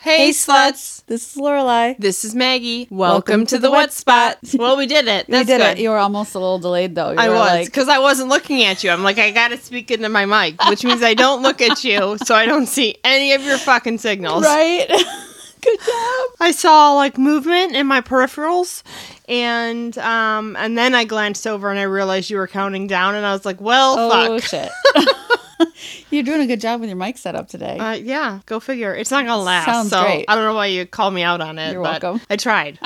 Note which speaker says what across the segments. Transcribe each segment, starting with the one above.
Speaker 1: Hey, sluts.
Speaker 2: This is Lorelai.
Speaker 1: This is Maggie. Welcome, to, the, wet spot. Well, we did it.
Speaker 2: You
Speaker 1: That's
Speaker 2: did
Speaker 1: good.
Speaker 2: it. You were almost a little delayed though. You
Speaker 1: I
Speaker 2: were
Speaker 1: was
Speaker 2: like,
Speaker 1: because I wasn't looking at you. I'm like, I gotta speak into my mic, which means I don't look at you, so I don't see any of your fucking signals.
Speaker 2: right. Good job.
Speaker 1: I saw like movement in my peripherals, and um, and then I glanced over and I realized you were counting down, and I was like, well,
Speaker 2: Oh
Speaker 1: fuck.
Speaker 2: shit. You're doing a good job with your mic setup today.
Speaker 1: Uh, yeah, go figure. It's not gonna last.
Speaker 2: Sounds
Speaker 1: so
Speaker 2: great.
Speaker 1: I don't know why you call me out on it.
Speaker 2: You're
Speaker 1: but
Speaker 2: welcome.
Speaker 1: I tried.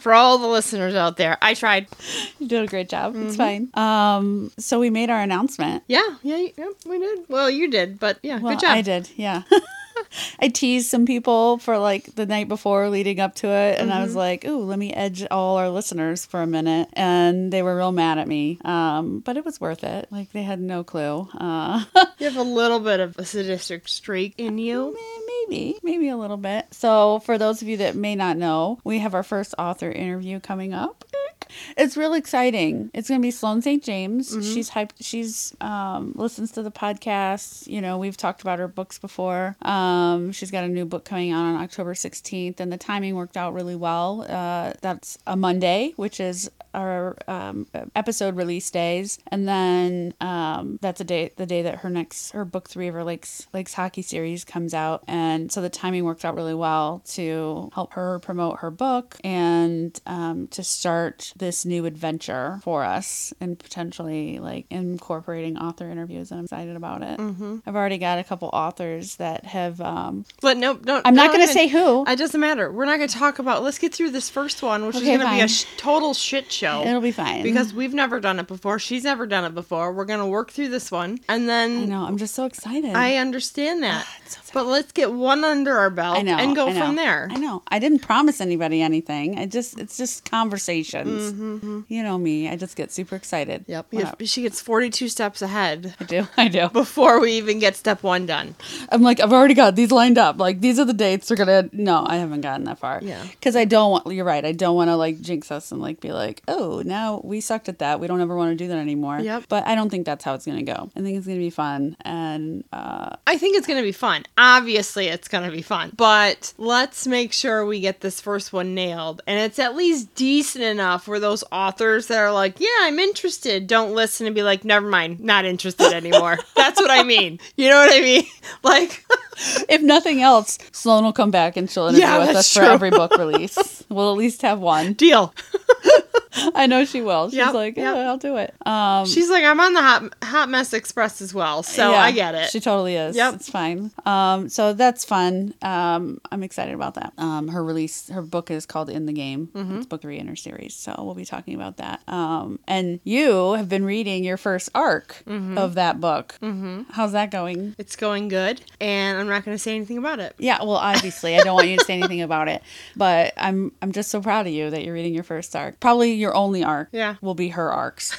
Speaker 1: For all the listeners out there, I tried.
Speaker 2: You're doing a great job. It's
Speaker 1: mm-hmm.
Speaker 2: fine. Um, so we made our announcement.
Speaker 1: Yeah, yeah, yeah, we did. Well, you did, but yeah,
Speaker 2: Well,
Speaker 1: good job.
Speaker 2: I did. Yeah. I teased some people for like the night before leading up to it. And
Speaker 1: Mm-hmm.
Speaker 2: I was like, ooh, let me edge all our listeners for a minute. And they were real mad at me. Um, but it was worth it. Like they had no clue. Uh,
Speaker 1: You have a little bit of a sadistic streak in you.
Speaker 2: Eh, Maybe, maybe a little bit. So, for those of you that may not know, we have our first author interview coming up. It's real exciting. It's going to be Sloan St. James. She's hyped. She's um, listens to the podcast. You know, we've talked about her books before. Um, she's got a new book coming out on October 16th, and the timing worked out really well. Uh, that's a Monday, which is our um, episode release days, and then um, that's a day the day that her next her book three of her lakes lakes hockey series comes out, and so the timing worked out really well to help her promote her book and um, to start this new adventure for us and potentially like incorporating author interviews. And I'm excited about it.
Speaker 1: Mm-hmm.
Speaker 2: I've already got a couple authors that have. Um,
Speaker 1: But no, don't.
Speaker 2: I'm not
Speaker 1: no,
Speaker 2: going
Speaker 1: I-
Speaker 2: to say who.
Speaker 1: It doesn't matter. We're not going to talk about. Let's get through this first one, which
Speaker 2: Okay,
Speaker 1: is going to be a
Speaker 2: fine.
Speaker 1: sh- total shit show.
Speaker 2: It'll be fine
Speaker 1: because we've never done it before. She's never done it before. We're going to work through this one, and
Speaker 2: I
Speaker 1: then
Speaker 2: know. I'm just so excited.
Speaker 1: I, understand that.
Speaker 2: it's so
Speaker 1: but let's get one under our belt
Speaker 2: I know,
Speaker 1: and go
Speaker 2: I know.
Speaker 1: from there.
Speaker 2: I know. I didn't promise anybody anything. I just it's just conversations. You know me. I just get super excited.
Speaker 1: Mm-hmm, Yep.
Speaker 2: When
Speaker 1: Yeah, She gets 42 steps ahead
Speaker 2: I I do. I do.
Speaker 1: before we even get step one done.
Speaker 2: I'm like I've already got these lined up. Like these are the dates we're gonna. No, I haven't gotten that far.
Speaker 1: Yeah.
Speaker 2: Because I don't want. You're right. I don't want to like jinx us and like be like, oh, now we sucked at that. We don't ever want to do that anymore.
Speaker 1: Yep.
Speaker 2: But I don't think that's how it's gonna go. I think it's gonna be fun and uh,
Speaker 1: I think it's going to be fun. Obviously, it's going to be fun. But let's make sure we get this first one nailed. And it's at least decent enough where those authors that are like, yeah, I'm interested, don't listen and be like, never mind, not interested anymore. That's what I mean. You know what I mean? Like,
Speaker 2: if nothing else, Sloan will come back and she'll interview
Speaker 1: Yeah,
Speaker 2: with
Speaker 1: that's
Speaker 2: us for
Speaker 1: true.
Speaker 2: every book release. we'll at least have one.
Speaker 1: deal.
Speaker 2: I know she will. She's
Speaker 1: Yep,
Speaker 2: like, yeah,
Speaker 1: yep.
Speaker 2: I'll do it. Um,
Speaker 1: She's like, I'm on the Hot, hot Mess Express as well. So
Speaker 2: yeah,
Speaker 1: I get it.
Speaker 2: She totally is.
Speaker 1: Yep.
Speaker 2: It's fine. Um, so that's fun. Um, I'm excited about that. Um, her release, her book is called In the Game.
Speaker 1: Mm-hmm.
Speaker 2: It's book three in her series. So we'll be talking about that. Um, and you have been reading your first arc of that book. Mm-hmm. How's that going?
Speaker 1: it's going good. And I'm not going to say anything about it.
Speaker 2: Yeah, well, obviously, I don't want you to say anything about it, but I'm I'm just so proud of you that you're reading your first arc. Probably your only arc.
Speaker 1: Yeah.
Speaker 2: will be her arcs.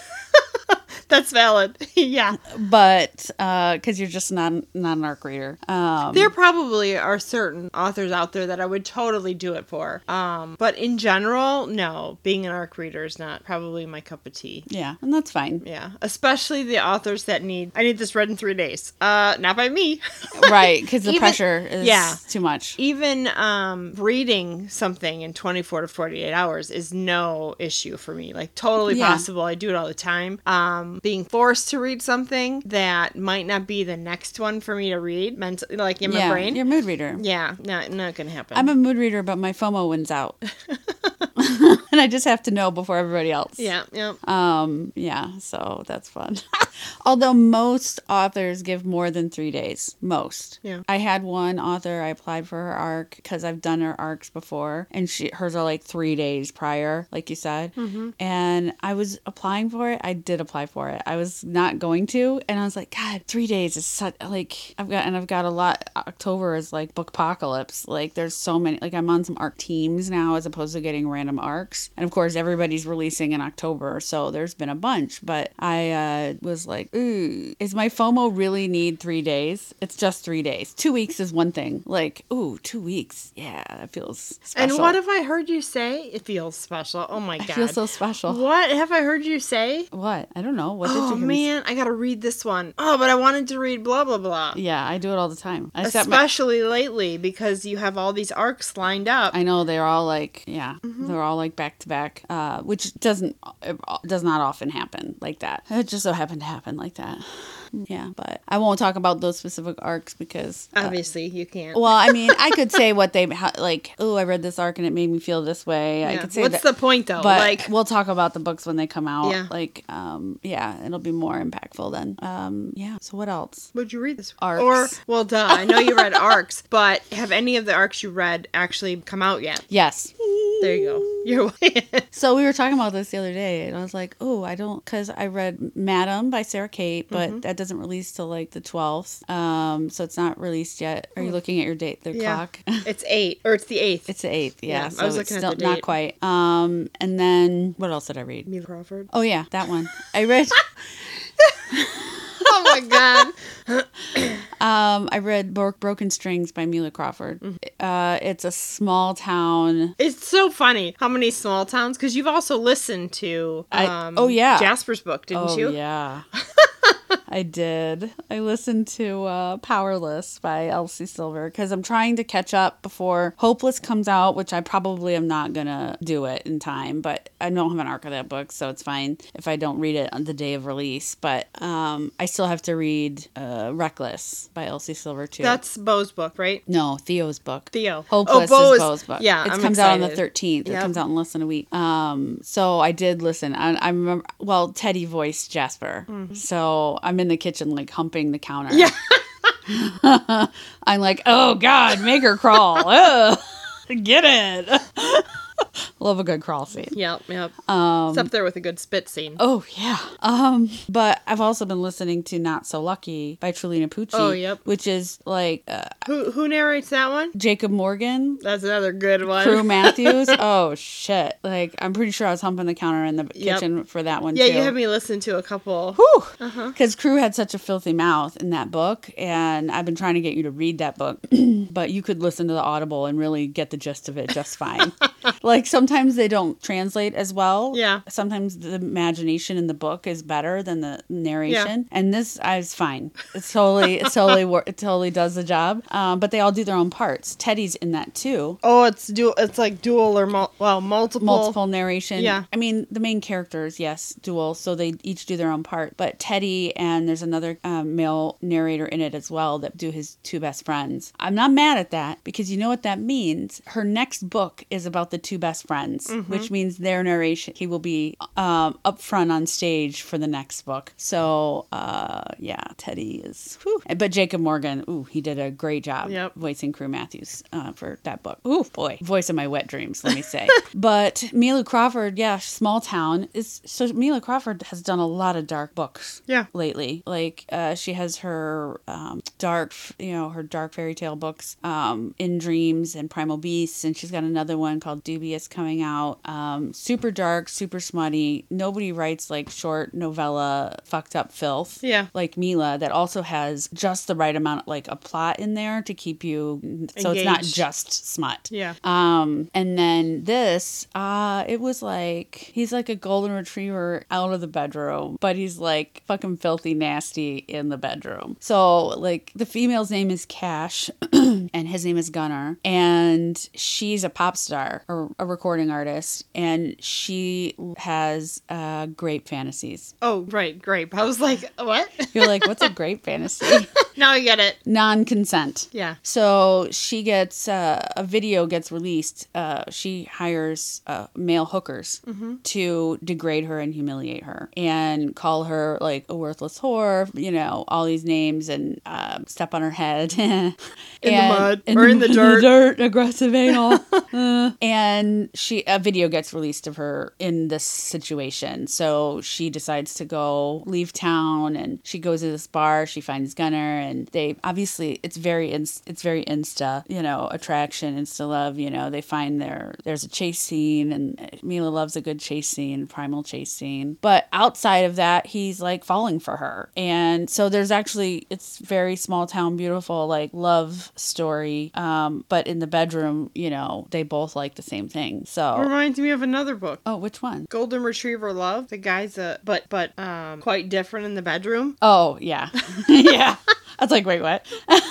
Speaker 1: That's valid. yeah.
Speaker 2: but uh because you're just not not an arc reader um
Speaker 1: There probably are certain authors out there that I would totally do it for. Um, but in general, no, being an arc reader is not probably my cup of tea.
Speaker 2: yeah and that's fine
Speaker 1: Yeah, especially the authors that need I need this read in three days. Uh, not by me.
Speaker 2: right because the
Speaker 1: Even-
Speaker 2: pressure is
Speaker 1: yeah.
Speaker 2: too much
Speaker 1: Even um, reading something in 24 to 48 hours is no issue for me. Like, totally
Speaker 2: Yeah.
Speaker 1: possible. I do it all the time. Um, being forced to read something that might not be the next one for me to read, mentally, like in my
Speaker 2: yeah
Speaker 1: brain.
Speaker 2: you're a mood reader
Speaker 1: yeah, not, not gonna happen.
Speaker 2: i'm a mood reader but my fomo wins out and i just have to know before everybody else
Speaker 1: yeah, yeah.
Speaker 2: um yeah so that's fun although most authors give more than three days most
Speaker 1: Yeah.
Speaker 2: i had one author i applied for her arc because i've done her arcs before and she hers are like three days prior like you said and i was applying for it i did apply for it i was not going to and i was like god three days is such like i've got and i've got a lot october is like book apocalypse like there's so many like i'm on some arc teams now as opposed to getting random arcs. And of course, everybody's releasing in October, so there's been a bunch. But I uh, was like, ooh, is my FOMO really need three days? It's just three days. Two weeks is one thing. Like, ooh, two weeks. Yeah, that feels special.
Speaker 1: And what have I heard you say? It feels special. Oh my god.
Speaker 2: I feel so special.
Speaker 1: What have I heard you say?
Speaker 2: What? I don't know. What did
Speaker 1: Oh
Speaker 2: you hear me
Speaker 1: man, I gotta read this one. Oh, but I wanted to read blah blah blah.
Speaker 2: Yeah, I do it all the time. I set my,
Speaker 1: Especially lately because you have all these arcs lined up.
Speaker 2: I know they're all like, yeah,
Speaker 1: Mm-hmm.
Speaker 2: they're all like back to back, uh, which doesn't it does not often happen like that. It just so happened to happen like that. Yeah, but I won't talk about those specific arcs because uh,
Speaker 1: Obviously, you can't.
Speaker 2: well, I mean, I could say what they how, like. Oh, I read this arc and it made me feel this way. I
Speaker 1: Yeah.
Speaker 2: could say
Speaker 1: What's
Speaker 2: that,
Speaker 1: the point though?
Speaker 2: but
Speaker 1: like,
Speaker 2: we'll talk about the books when they come out.
Speaker 1: Yeah.
Speaker 2: Like, um, yeah, it'll be more impactful then. Um, yeah. So what else?
Speaker 1: would you read this?
Speaker 2: Arcs.
Speaker 1: Or well, duh. I know you read arcs, but have any of the arcs you read actually come out yet?
Speaker 2: Yes.
Speaker 1: There you go. You're
Speaker 2: So we were talking about this the other day, and I was like, "Oh, I don't," because I read "Madam" by Sarah Kate, but
Speaker 1: Mm-hmm.
Speaker 2: that doesn't release till like the twelfth, um, so it's not released yet. Are you looking at your date, the
Speaker 1: Hmm. yeah.
Speaker 2: clock?
Speaker 1: It's eight or it's the eighth.
Speaker 2: it's the eighth, yeah.
Speaker 1: Yeah, I
Speaker 2: so
Speaker 1: was
Speaker 2: it's
Speaker 1: looking at
Speaker 2: still
Speaker 1: the
Speaker 2: not
Speaker 1: date.
Speaker 2: quite. Um, and then what else did I read?
Speaker 1: Mila Crawford.
Speaker 2: Oh yeah, that one I read.
Speaker 1: Oh my god.
Speaker 2: Um, I read Bro- "Broken Strings" by Mila Crawford.
Speaker 1: Mm-hmm.
Speaker 2: Uh, it's a small town.
Speaker 1: It's so funny how many small towns because you've also listened to
Speaker 2: I-
Speaker 1: um,
Speaker 2: oh, yeah.
Speaker 1: Jasper's book, didn't
Speaker 2: Oh
Speaker 1: you?
Speaker 2: yeah. I did. I listened to uh, Powerless by Elsie Silver because I'm trying to catch up before Hopeless comes out, which I probably am not going to do it in time, but I don't have an arc of that book, so it's fine if I don't read it on the day of release. But um, I still have to read uh, Reckless by Elsie Silver too.
Speaker 1: That's Bo's book, right?
Speaker 2: no, Theo's book.
Speaker 1: Theo.
Speaker 2: Hopeless
Speaker 1: Oh, Bo
Speaker 2: is Bo's book.
Speaker 1: Yeah,
Speaker 2: it
Speaker 1: I'm
Speaker 2: comes out on the
Speaker 1: excited.
Speaker 2: thirteenth. It
Speaker 1: Yep.
Speaker 2: comes out in less than a week. Um, so I did listen. I, I remember. Well, Teddy voiced Jasper, so I'm in the kitchen like humping the counter.
Speaker 1: Mm-hmm. Yeah.
Speaker 2: I'm like, oh god, make her crawl. Ugh. get it. Love a good crawl scene.
Speaker 1: Yep, yep. Um, it's up there with a good spit scene.
Speaker 2: Oh yeah. Um, but I've also been listening to "Not So Lucky" by Trulina Pucci.
Speaker 1: Oh, yep.
Speaker 2: Which is like uh,
Speaker 1: Who who narrates that one?
Speaker 2: Jacob Morgan.
Speaker 1: That's another good one.
Speaker 2: Crew Matthews. oh shit! Like I'm pretty sure I was humping the counter in the
Speaker 1: Yep.
Speaker 2: kitchen for that one
Speaker 1: yeah,
Speaker 2: too.
Speaker 1: you had me Uh-huh. listen to a couple.
Speaker 2: Because Crew had such a filthy mouth in that book, and I've been trying to get you to read that book, but you could listen to the audible and really get the gist of it just fine. like sometimes they don't translate as well.
Speaker 1: Yeah.
Speaker 2: Sometimes the imagination in the book is better than the narration, and this I was fine. It's totally, it's totally, wor- it totally does the job. Um, but they all do their own parts. Teddy's in that too.
Speaker 1: Oh, it's dual. It's like dual or mul- well, multiple.
Speaker 2: multiple narration.
Speaker 1: Yeah.
Speaker 2: I mean, the main characters, yes, dual, so they each do their own part. But Teddy and there's another um, male narrator in it as well that do his two best friends. I'm not mad at that because you know what that means? Her next book is about the two best friends,
Speaker 1: Mm-hmm.
Speaker 2: which means their narration. He will be um, up front on stage for the next book. So, uh, yeah, Teddy is. whew. But Jacob Morgan, ooh, he did a great job
Speaker 1: Yep.
Speaker 2: voicing Crew Matthews uh, for that book. Ooh, boy, voice of my wet dreams, let me say. but Mila Crawford, yeah, small town is so. Mila Crawford has done a lot of dark books,
Speaker 1: Yeah.
Speaker 2: lately. Like uh, she has her um, dark, f- you know, her dark fairy tale books, um, In Dreams and Primal Beasts, and she's got another one called Dubious coming out. Um, super dark, super smutty. Nobody writes like short novella, fucked up filth
Speaker 1: Yeah.
Speaker 2: like Mila that also has just the right amount like a plot in there to keep you so it's not
Speaker 1: Engaged.
Speaker 2: just smut.
Speaker 1: Yeah.
Speaker 2: Um and then this uh it was like he's like a golden retriever out of the bedroom but he's like fucking filthy nasty in the bedroom. So like the female's name is Cash and his name is Gunnar and she's a pop star or a recording artist and she has uh great fantasies.
Speaker 1: Oh, right, grape. I was like, what?
Speaker 2: You're like what's a great fantasy?
Speaker 1: now I get it.
Speaker 2: non-consent.
Speaker 1: Yeah.
Speaker 2: So she gets uh, a video gets released. Uh, she hires uh, male hookers to degrade her and humiliate her and call her like a worthless whore. You know all these names and uh, step on her head in
Speaker 1: the mud or in the dirt.
Speaker 2: dirt, aggressive anal. Uh, and she a video gets released of her in this situation. So she decides to go leave town and she goes to this bar. She finds Gunner and they obviously it's very in, it's very insta, you know, attraction, insta love. You know, they find their there's a chase scene, and Mila loves a good chase scene, primal chase scene. But outside of that, he's like falling for her, and so there's actually it's very small town, beautiful like love story. Um, but in the bedroom, you know, they both like the same thing. So
Speaker 1: Reminds me of another book.
Speaker 2: oh, which one?
Speaker 1: Golden Retriever Love. The guy's a but but um quite different in the bedroom.
Speaker 2: Oh yeah, yeah. I was like, wait, what?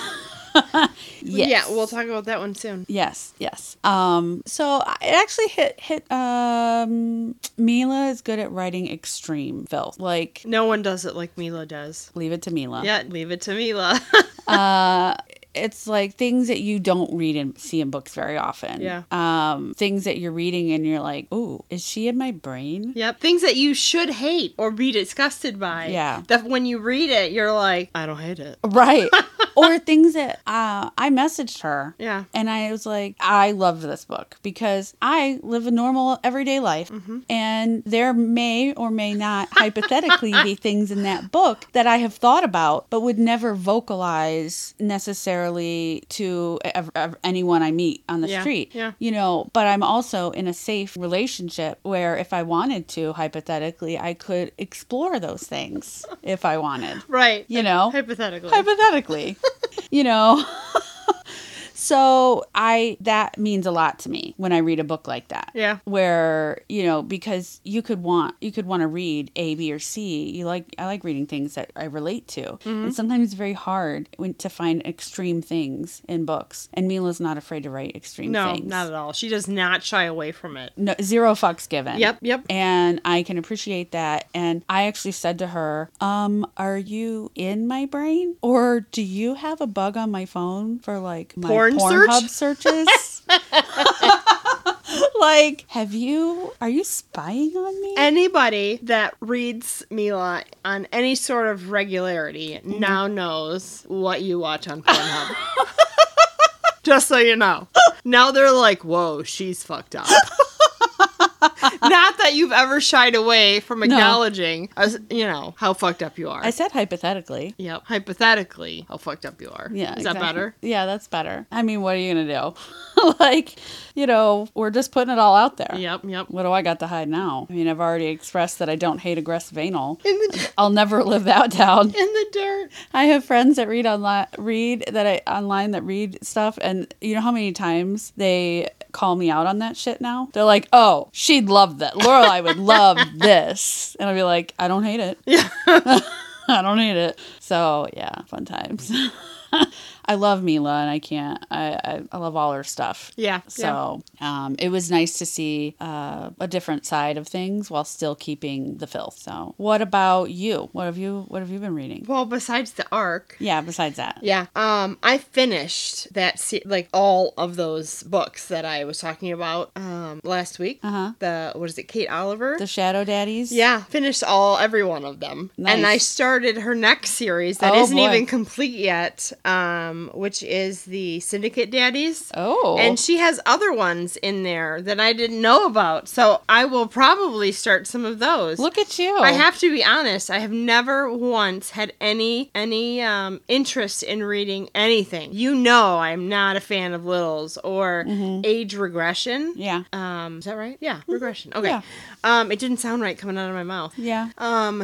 Speaker 2: yes.
Speaker 1: Yeah, we'll talk about that one soon.
Speaker 2: Yes, yes. Um, so I- it actually hit hit. Um, Mila is good at writing extreme filth. Like,
Speaker 1: No one does it like Mila does.
Speaker 2: leave it to Mila.
Speaker 1: Yeah, leave it to Mila.
Speaker 2: Uh, it's like things that you don't read and see in books very often.
Speaker 1: Yeah.
Speaker 2: Um, things that you're reading and you're like, ooh, is she in my brain?
Speaker 1: yep. Things that you should hate or be disgusted by.
Speaker 2: Yeah.
Speaker 1: That when you read it, you're like, I don't hate it.
Speaker 2: Right. or things that uh, I messaged her.
Speaker 1: Yeah.
Speaker 2: And I was like, I loved this book because I live a normal everyday life.
Speaker 1: Mm-hmm.
Speaker 2: And there may or may not hypothetically be things in that book that I have thought about, but would never vocalize necessarily to e-, ev- ev- anyone I meet on the
Speaker 1: Yeah,
Speaker 2: street.
Speaker 1: yeah.
Speaker 2: You know, but I'm also in a safe relationship where if I wanted to, hypothetically, I could explore those things if I wanted.
Speaker 1: Right.
Speaker 2: You know?
Speaker 1: Hypothetically.
Speaker 2: hypothetically you know so i that means a lot to me when i read a book like that
Speaker 1: Yeah.
Speaker 2: where you know because you could want you could want to read a b or c you like i like reading things that i relate to
Speaker 1: Mm-hmm.
Speaker 2: and sometimes it's very hard when, to find extreme things in books and mila's not afraid to write extreme
Speaker 1: no,
Speaker 2: things
Speaker 1: not at all. She does not shy away from it.
Speaker 2: no zero fucks given
Speaker 1: Yep, yep.
Speaker 2: and I can appreciate that. And I actually said to her, um, are you in my brain? Or do you have a bug on my phone for like my
Speaker 1: Porn
Speaker 2: Pornhub searches? like, have you are you spying on me?
Speaker 1: Anybody that reads Mila on any sort of regularity now knows what you watch on Pornhub. Just so you know. Now they're like, whoa, she's fucked up. Not that you've ever shied away from acknowledging, as, you know, how fucked up you are.
Speaker 2: I said hypothetically.
Speaker 1: yep. Hypothetically, how fucked up you are.
Speaker 2: Yeah.
Speaker 1: Is that
Speaker 2: exactly.
Speaker 1: better?
Speaker 2: Yeah, that's better. I mean, what are you gonna do? like, you know, we're just putting it all out there.
Speaker 1: Yep, yep.
Speaker 2: What do I got to hide now? I mean, I've already expressed that I don't hate aggressive anal.
Speaker 1: In the,
Speaker 2: I'll never live that down.
Speaker 1: in the dirt.
Speaker 2: I have friends that read online, read that I online that read stuff, and you know how many times they call me out on that shit now? They're like, "Oh, she'd love that. Lorelai would love this," and I'll be like, "I don't hate it.
Speaker 1: Yeah.
Speaker 2: I don't hate it." So yeah, fun times. I love Mila, and I can't. I I, I love all her stuff.
Speaker 1: Yeah. yeah.
Speaker 2: So um, it was nice to see uh, a different side of things while still keeping the filth. So, what about you? What have you What have you been reading?
Speaker 1: Well, besides the arc,
Speaker 2: Yeah, besides that.
Speaker 1: Yeah. Um, I finished that se- like all of those books that I was talking about um last week.
Speaker 2: Uh-huh.
Speaker 1: The what is it, Kate Oliver?
Speaker 2: The Shadow Daddies?
Speaker 1: yeah, finished all every one of them, and I
Speaker 2: Nice.
Speaker 1: started her next series that
Speaker 2: Oh, boy.
Speaker 1: not even complete yet, um, which is the Syndicate Daddies.
Speaker 2: Oh.
Speaker 1: And she has other ones in there that I didn't know about, so I will probably start some of those.
Speaker 2: look at you.
Speaker 1: I have to be honest. I have never once had any any um, interest in reading anything. You know, I'm not a fan of littles or
Speaker 2: Mm-hmm.
Speaker 1: age regression.
Speaker 2: Yeah.
Speaker 1: Um, is that right? Yeah, regression. Okay.
Speaker 2: Mm-hmm. Yeah.
Speaker 1: Um, it didn't sound right coming out of my mouth
Speaker 2: Yeah.
Speaker 1: um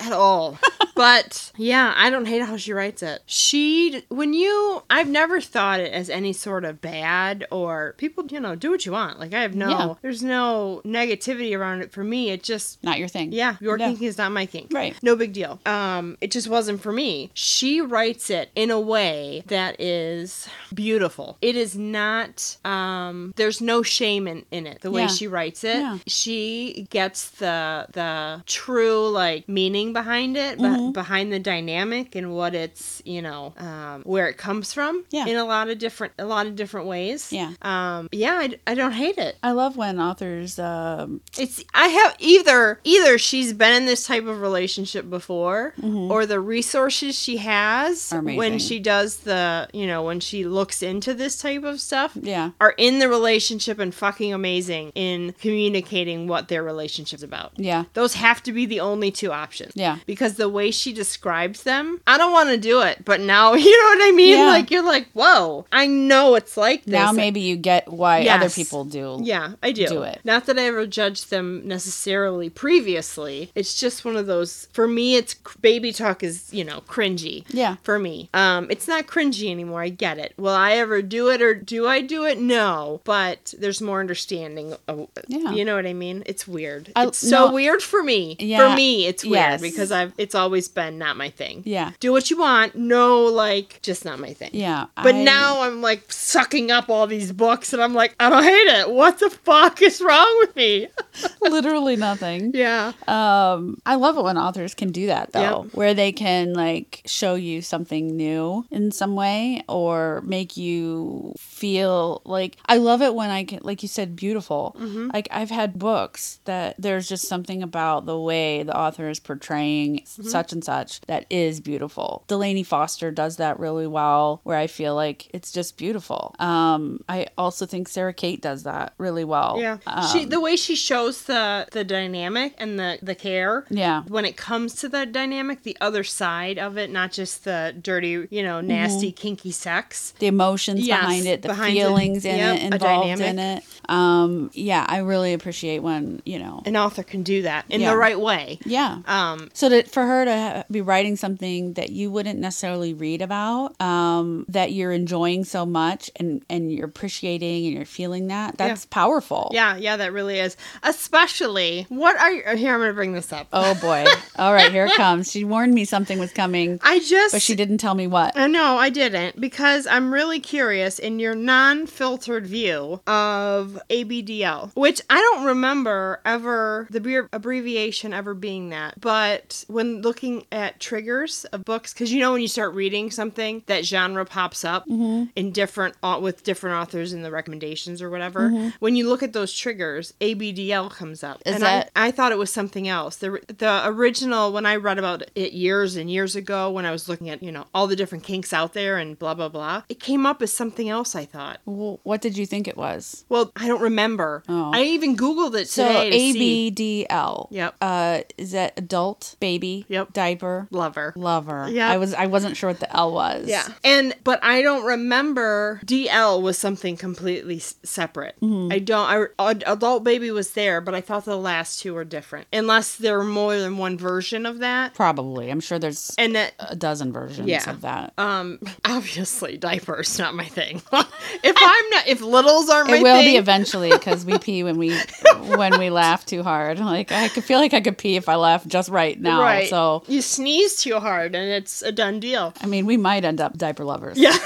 Speaker 1: at all but yeah i don't hate how she writes it she when you i've never thought it as any sort of bad or people you know do what you want like i have no
Speaker 2: Yeah.
Speaker 1: there's no negativity around it for me it just
Speaker 2: Not your thing.
Speaker 1: yeah, your
Speaker 2: Yeah.
Speaker 1: king is not my king.
Speaker 2: Right.
Speaker 1: No big deal. Um, it just wasn't for me. She writes it in a way that is beautiful. It is not um there's no shame in, in it, the way
Speaker 2: Yeah.
Speaker 1: she writes it.
Speaker 2: Yeah.
Speaker 1: She gets the the true like meaning behind it,
Speaker 2: Mm-hmm.
Speaker 1: be- behind the dynamic and what it's, you know, um where it comes from
Speaker 2: Yeah.
Speaker 1: in a lot of different a lot of different ways.
Speaker 2: Yeah.
Speaker 1: Um yeah, I, I don't hate it.
Speaker 2: I love when authors, um,
Speaker 1: It's I have either either she's been in this type of relationship before or the resources she has
Speaker 2: Mm-hmm. Are
Speaker 1: when
Speaker 2: amazing.
Speaker 1: she does the, you know, when she looks into this type of stuff
Speaker 2: yeah.
Speaker 1: are in the relationship and fucking amazing in communicating what their relationship's about.
Speaker 2: Yeah.
Speaker 1: Those have to be the only two options.
Speaker 2: Yeah.
Speaker 1: Because the way way she describes them, I don't want to do it. But now, you know what I mean?
Speaker 2: Yeah.
Speaker 1: Like, you're like, whoa, I know it's like this.
Speaker 2: Now maybe you get why other
Speaker 1: Yes.
Speaker 2: people do.
Speaker 1: Yeah, I do.
Speaker 2: do it.
Speaker 1: Not that I ever judged them necessarily previously. It's just one of those. For me, it's baby talk is you know cringy.
Speaker 2: Yeah.
Speaker 1: For me, um, it's not cringy anymore. I get it. Will I ever do it or do I do it? No, but there's more understanding. Of,
Speaker 2: Yeah.
Speaker 1: You know what I mean? It's weird.
Speaker 2: I-
Speaker 1: it's so
Speaker 2: no.
Speaker 1: weird for me.
Speaker 2: Yeah.
Speaker 1: For me, it's weird
Speaker 2: Yes.
Speaker 1: because I've it's always been not my thing.
Speaker 2: Yeah.
Speaker 1: Do what you want. No, like just not my thing.
Speaker 2: Yeah.
Speaker 1: But
Speaker 2: I-
Speaker 1: now I'm like sucking up all these books and I'm like, I don't hate it. What the fuck is wrong with me?
Speaker 2: literally nothing.
Speaker 1: Yeah.
Speaker 2: Um, I love it when authors can do that though,
Speaker 1: Yep.
Speaker 2: where they can like show you something new in some way or make you feel like I love it when I can, like you said, beautiful.
Speaker 1: Mm-hmm.
Speaker 2: Like I've had books that there's just something about the way the author is portraying
Speaker 1: Mm-hmm.
Speaker 2: such and such that is beautiful. Delaney Foster does that really well, where I feel like it's just beautiful. Um, I also think Sarah Kate does that really well.
Speaker 1: Yeah.
Speaker 2: Um,
Speaker 1: she the way she shows the the dynamic and the the care.
Speaker 2: yeah.
Speaker 1: When it comes to the dynamic, the other side of it, not just the dirty, you know, nasty, kinky sex.
Speaker 2: the emotions
Speaker 1: Yes,
Speaker 2: behind it, the
Speaker 1: behind it.
Speaker 2: feelings in
Speaker 1: Yep,
Speaker 2: it,
Speaker 1: a
Speaker 2: involved in it. Um, yeah, I really appreciate when you know.
Speaker 1: An author can do that in
Speaker 2: Yeah.
Speaker 1: the right way.
Speaker 2: Yeah.
Speaker 1: Um,
Speaker 2: So that for her to ha- be writing something that you wouldn't necessarily read about, um, that you're enjoying so much and and you're appreciating and you're feeling that, that's powerful.
Speaker 1: yeah, yeah, that really is. Especially, what are you, here? I'm gonna bring this up.
Speaker 2: Oh boy. All right, here it comes. She warned me something was coming,
Speaker 1: I just
Speaker 2: but she didn't tell me what.
Speaker 1: Uh, no, I didn't because I'm really curious in your non filtered view of ABDL, which I don't remember ever, the beer abbreviation ever being that. But when looking at triggers of books, because you know when you start reading something, that genre pops up
Speaker 2: Mm-hmm.
Speaker 1: in different, au- with different authors in the recommendations or whatever. When you look at those triggers, ABDL comes up.
Speaker 2: Mm-hmm. Is
Speaker 1: and
Speaker 2: that-
Speaker 1: I, I thought it was something else. The, the original, when I read about it years and years ago, when I was looking at, you know, all the different kinks out there and blah, blah, blah, it came up as something else, I thought.
Speaker 2: Wh- What did you think it was?
Speaker 1: Well, I don't remember.
Speaker 2: Oh.
Speaker 1: I even Googled it
Speaker 2: So
Speaker 1: today to see.
Speaker 2: ABDL.
Speaker 1: Yep.
Speaker 2: Uh, is that adult baby?
Speaker 1: Yep.
Speaker 2: Diaper.
Speaker 1: Lover.
Speaker 2: lover.
Speaker 1: Yeah.
Speaker 2: I was I wasn't sure what the L was.
Speaker 1: Yeah. And but I don't remember DL was something completely s- separate.
Speaker 2: Mm-hmm.
Speaker 1: I don't I ad- adult baby was there, but I thought the last two were different. Unless there were more than one version of that.
Speaker 2: Probably. I'm sure there's
Speaker 1: And that
Speaker 2: a dozen versions
Speaker 1: Yeah.
Speaker 2: of that.
Speaker 1: um obviously diapers not my thing. if I'm not if littles aren't my
Speaker 2: it will
Speaker 1: thing.
Speaker 2: be eventually because we pee when we when we laugh too hard. Like I could feel like I could pee if I laugh just right now.
Speaker 1: right.
Speaker 2: So
Speaker 1: you sneeze too hard and it's a done deal.
Speaker 2: I mean, we might end up diaper lovers.
Speaker 1: Yeah.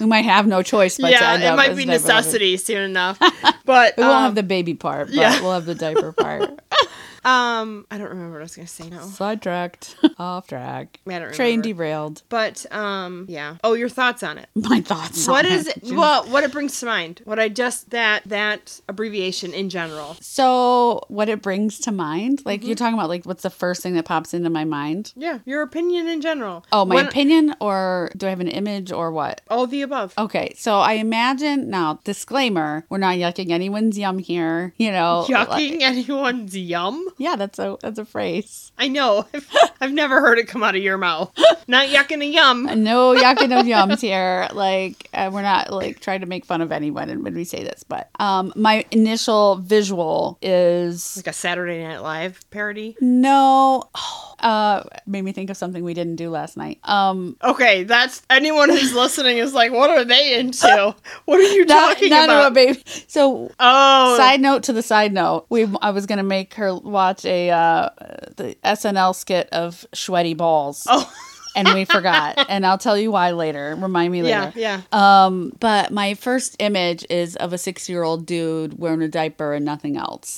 Speaker 2: We might have no choice but to
Speaker 1: yeah,
Speaker 2: end up
Speaker 1: it might
Speaker 2: as
Speaker 1: be
Speaker 2: diaper lovers.
Speaker 1: necessity soon enough. But
Speaker 2: We won't
Speaker 1: um,
Speaker 2: have the baby part, but
Speaker 1: yeah.
Speaker 2: we'll have the diaper part.
Speaker 1: um I don't remember what I was going to say now.
Speaker 2: Sidetracked, off track,
Speaker 1: I don't
Speaker 2: train
Speaker 1: remember.
Speaker 2: derailed.
Speaker 1: But um yeah. Oh, your thoughts on it.
Speaker 2: My thoughts.
Speaker 1: What
Speaker 2: on
Speaker 1: is
Speaker 2: it.
Speaker 1: it? Well, what it brings to mind. What I just that that abbreviation in general.
Speaker 2: So, what it brings to mind,
Speaker 1: Mm-hmm.
Speaker 2: like you're talking about, like what's the first thing that pops into my mind?
Speaker 1: Yeah, your opinion in general.
Speaker 2: Oh, my
Speaker 1: When-
Speaker 2: opinion, or do I have an image, or what?
Speaker 1: All the above.
Speaker 2: Okay, so I imagine now, disclaimer, we're not yucking anyone's yum here, you know. like-
Speaker 1: Yucking anyone's yum?
Speaker 2: yeah, that's a that's a phrase.
Speaker 1: I know. I've, I've never heard it come out of your mouth. Not yucking a yum.
Speaker 2: No yucking of yums here. Like uh, we're not like trying to make fun of anyone and when we say this, but um, my initial visual is
Speaker 1: Like a Saturday Night Live parody.
Speaker 2: no. uh, made me think of something we didn't do last night. Um,
Speaker 1: Okay, that's anyone who's listening is like, what are they into? What are you
Speaker 2: not,
Speaker 1: talking
Speaker 2: not
Speaker 1: about?
Speaker 2: about baby. So
Speaker 1: oh,
Speaker 2: side note to the side note, we I was gonna make her watch a uh, the SNL skit of sweaty balls,
Speaker 1: oh,
Speaker 2: and we forgot. And I'll tell you why later. Remind me
Speaker 1: yeah,
Speaker 2: later.
Speaker 1: yeah.
Speaker 2: Um, but my first image is of a six-year-old dude wearing a diaper and nothing else,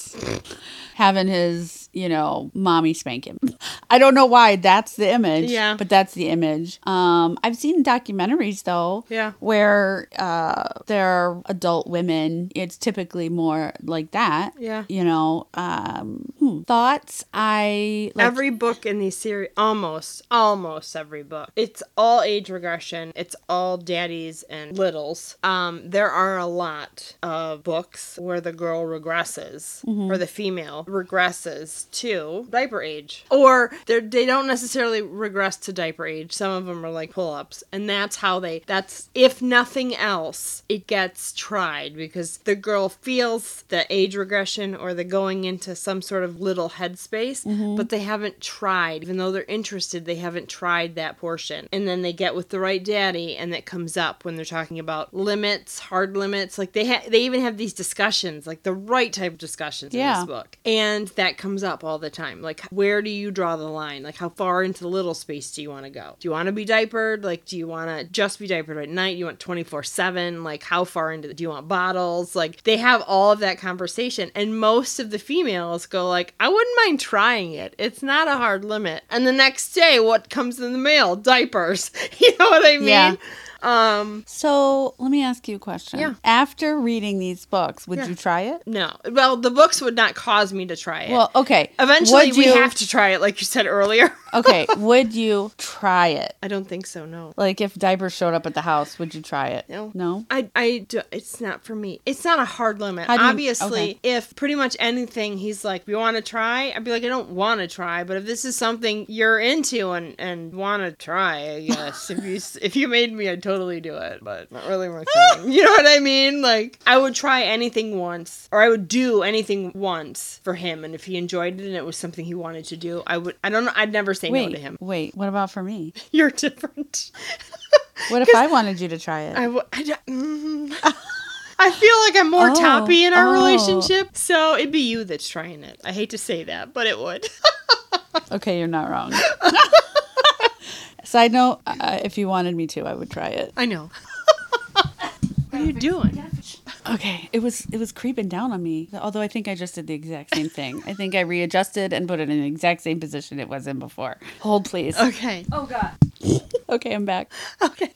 Speaker 2: having his, you know, mommy spank him. I don't know why that's the image.
Speaker 1: Yeah.
Speaker 2: But that's the image. Um, I've seen documentaries though.
Speaker 1: Yeah.
Speaker 2: Where uh, there are adult women, it's typically more like that.
Speaker 1: Yeah.
Speaker 2: You know, um, hmm. thoughts. I like,
Speaker 1: every book in these series, almost, almost every book, it's all age regression. It's all daddies and littles. Um, there are a lot of books where the girl regresses or the female regresses regress to diaper age, or they they don't necessarily regress to diaper age. Some of them are like pull ups, and that's how they. That's if nothing else, it gets tried because the girl feels the age regression or the going into some sort of little headspace, but they haven't tried. Even though they're interested, they haven't tried that portion, and then they get with the right daddy, and that comes up when they're talking about limits, hard limits. Like they ha- they even have these discussions, like the right type of discussions in
Speaker 2: Yeah.
Speaker 1: this book, and that comes up all the time. Like where do you draw the line? Like how far into little space do you want to go? Do you want to be diapered? Like do you want to just be diapered at night? You want twenty four seven? Like how far into do you want bottles? Like they have all of that conversation, and most of the females go like, I wouldn't mind trying it. It's not a hard limit. And the next day, what comes in the mail? Diapers. you know what I mean?
Speaker 2: Yeah.
Speaker 1: Um,
Speaker 2: So let me ask you a question.
Speaker 1: Yeah.
Speaker 2: After reading these books, would
Speaker 1: Yeah.
Speaker 2: you try it?
Speaker 1: No. Well, the books would not cause me to try it.
Speaker 2: Well, okay.
Speaker 1: eventually
Speaker 2: would
Speaker 1: we
Speaker 2: you-
Speaker 1: have to try it, like you said earlier.
Speaker 2: okay, would you try it?
Speaker 1: I don't think so. No.
Speaker 2: Like if diapers showed up at the house, would you try it?
Speaker 1: No.
Speaker 2: No.
Speaker 1: I, I do, it's not for me. It's not a hard limit.
Speaker 2: How do you-
Speaker 1: Obviously,
Speaker 2: okay.
Speaker 1: if pretty much anything he's like, "We want to try?" I'd be like, "I don't want to try," but if this is something you're into and and want to try, I guess if you s- if you made me, I'd totally do it. But not really my thing. you know what I mean? Like I would try anything once, or I would do anything once for him, and if he enjoyed it and it was something he wanted to do, I would. I don't know. I'd never say
Speaker 2: Wait,
Speaker 1: no to him.
Speaker 2: wait. What about for me?
Speaker 1: You're different.
Speaker 2: What if I wanted you to try it?
Speaker 1: I, w- I, don't- mm. I feel like I'm more
Speaker 2: Oh,
Speaker 1: toppy in our
Speaker 2: oh.
Speaker 1: relationship, so it'd be you that's trying it. I hate to say that, but it would.
Speaker 2: Okay, you're not wrong. Side note: uh, If you wanted me to, I would try it.
Speaker 1: I know. what are you doing?
Speaker 2: Okay, it was it was creeping down on me. Although I think I just did the exact same thing. I think I readjusted and put it in the exact same position it was in before. Hold please.
Speaker 1: Okay.
Speaker 2: Okay, I'm back.
Speaker 1: Okay.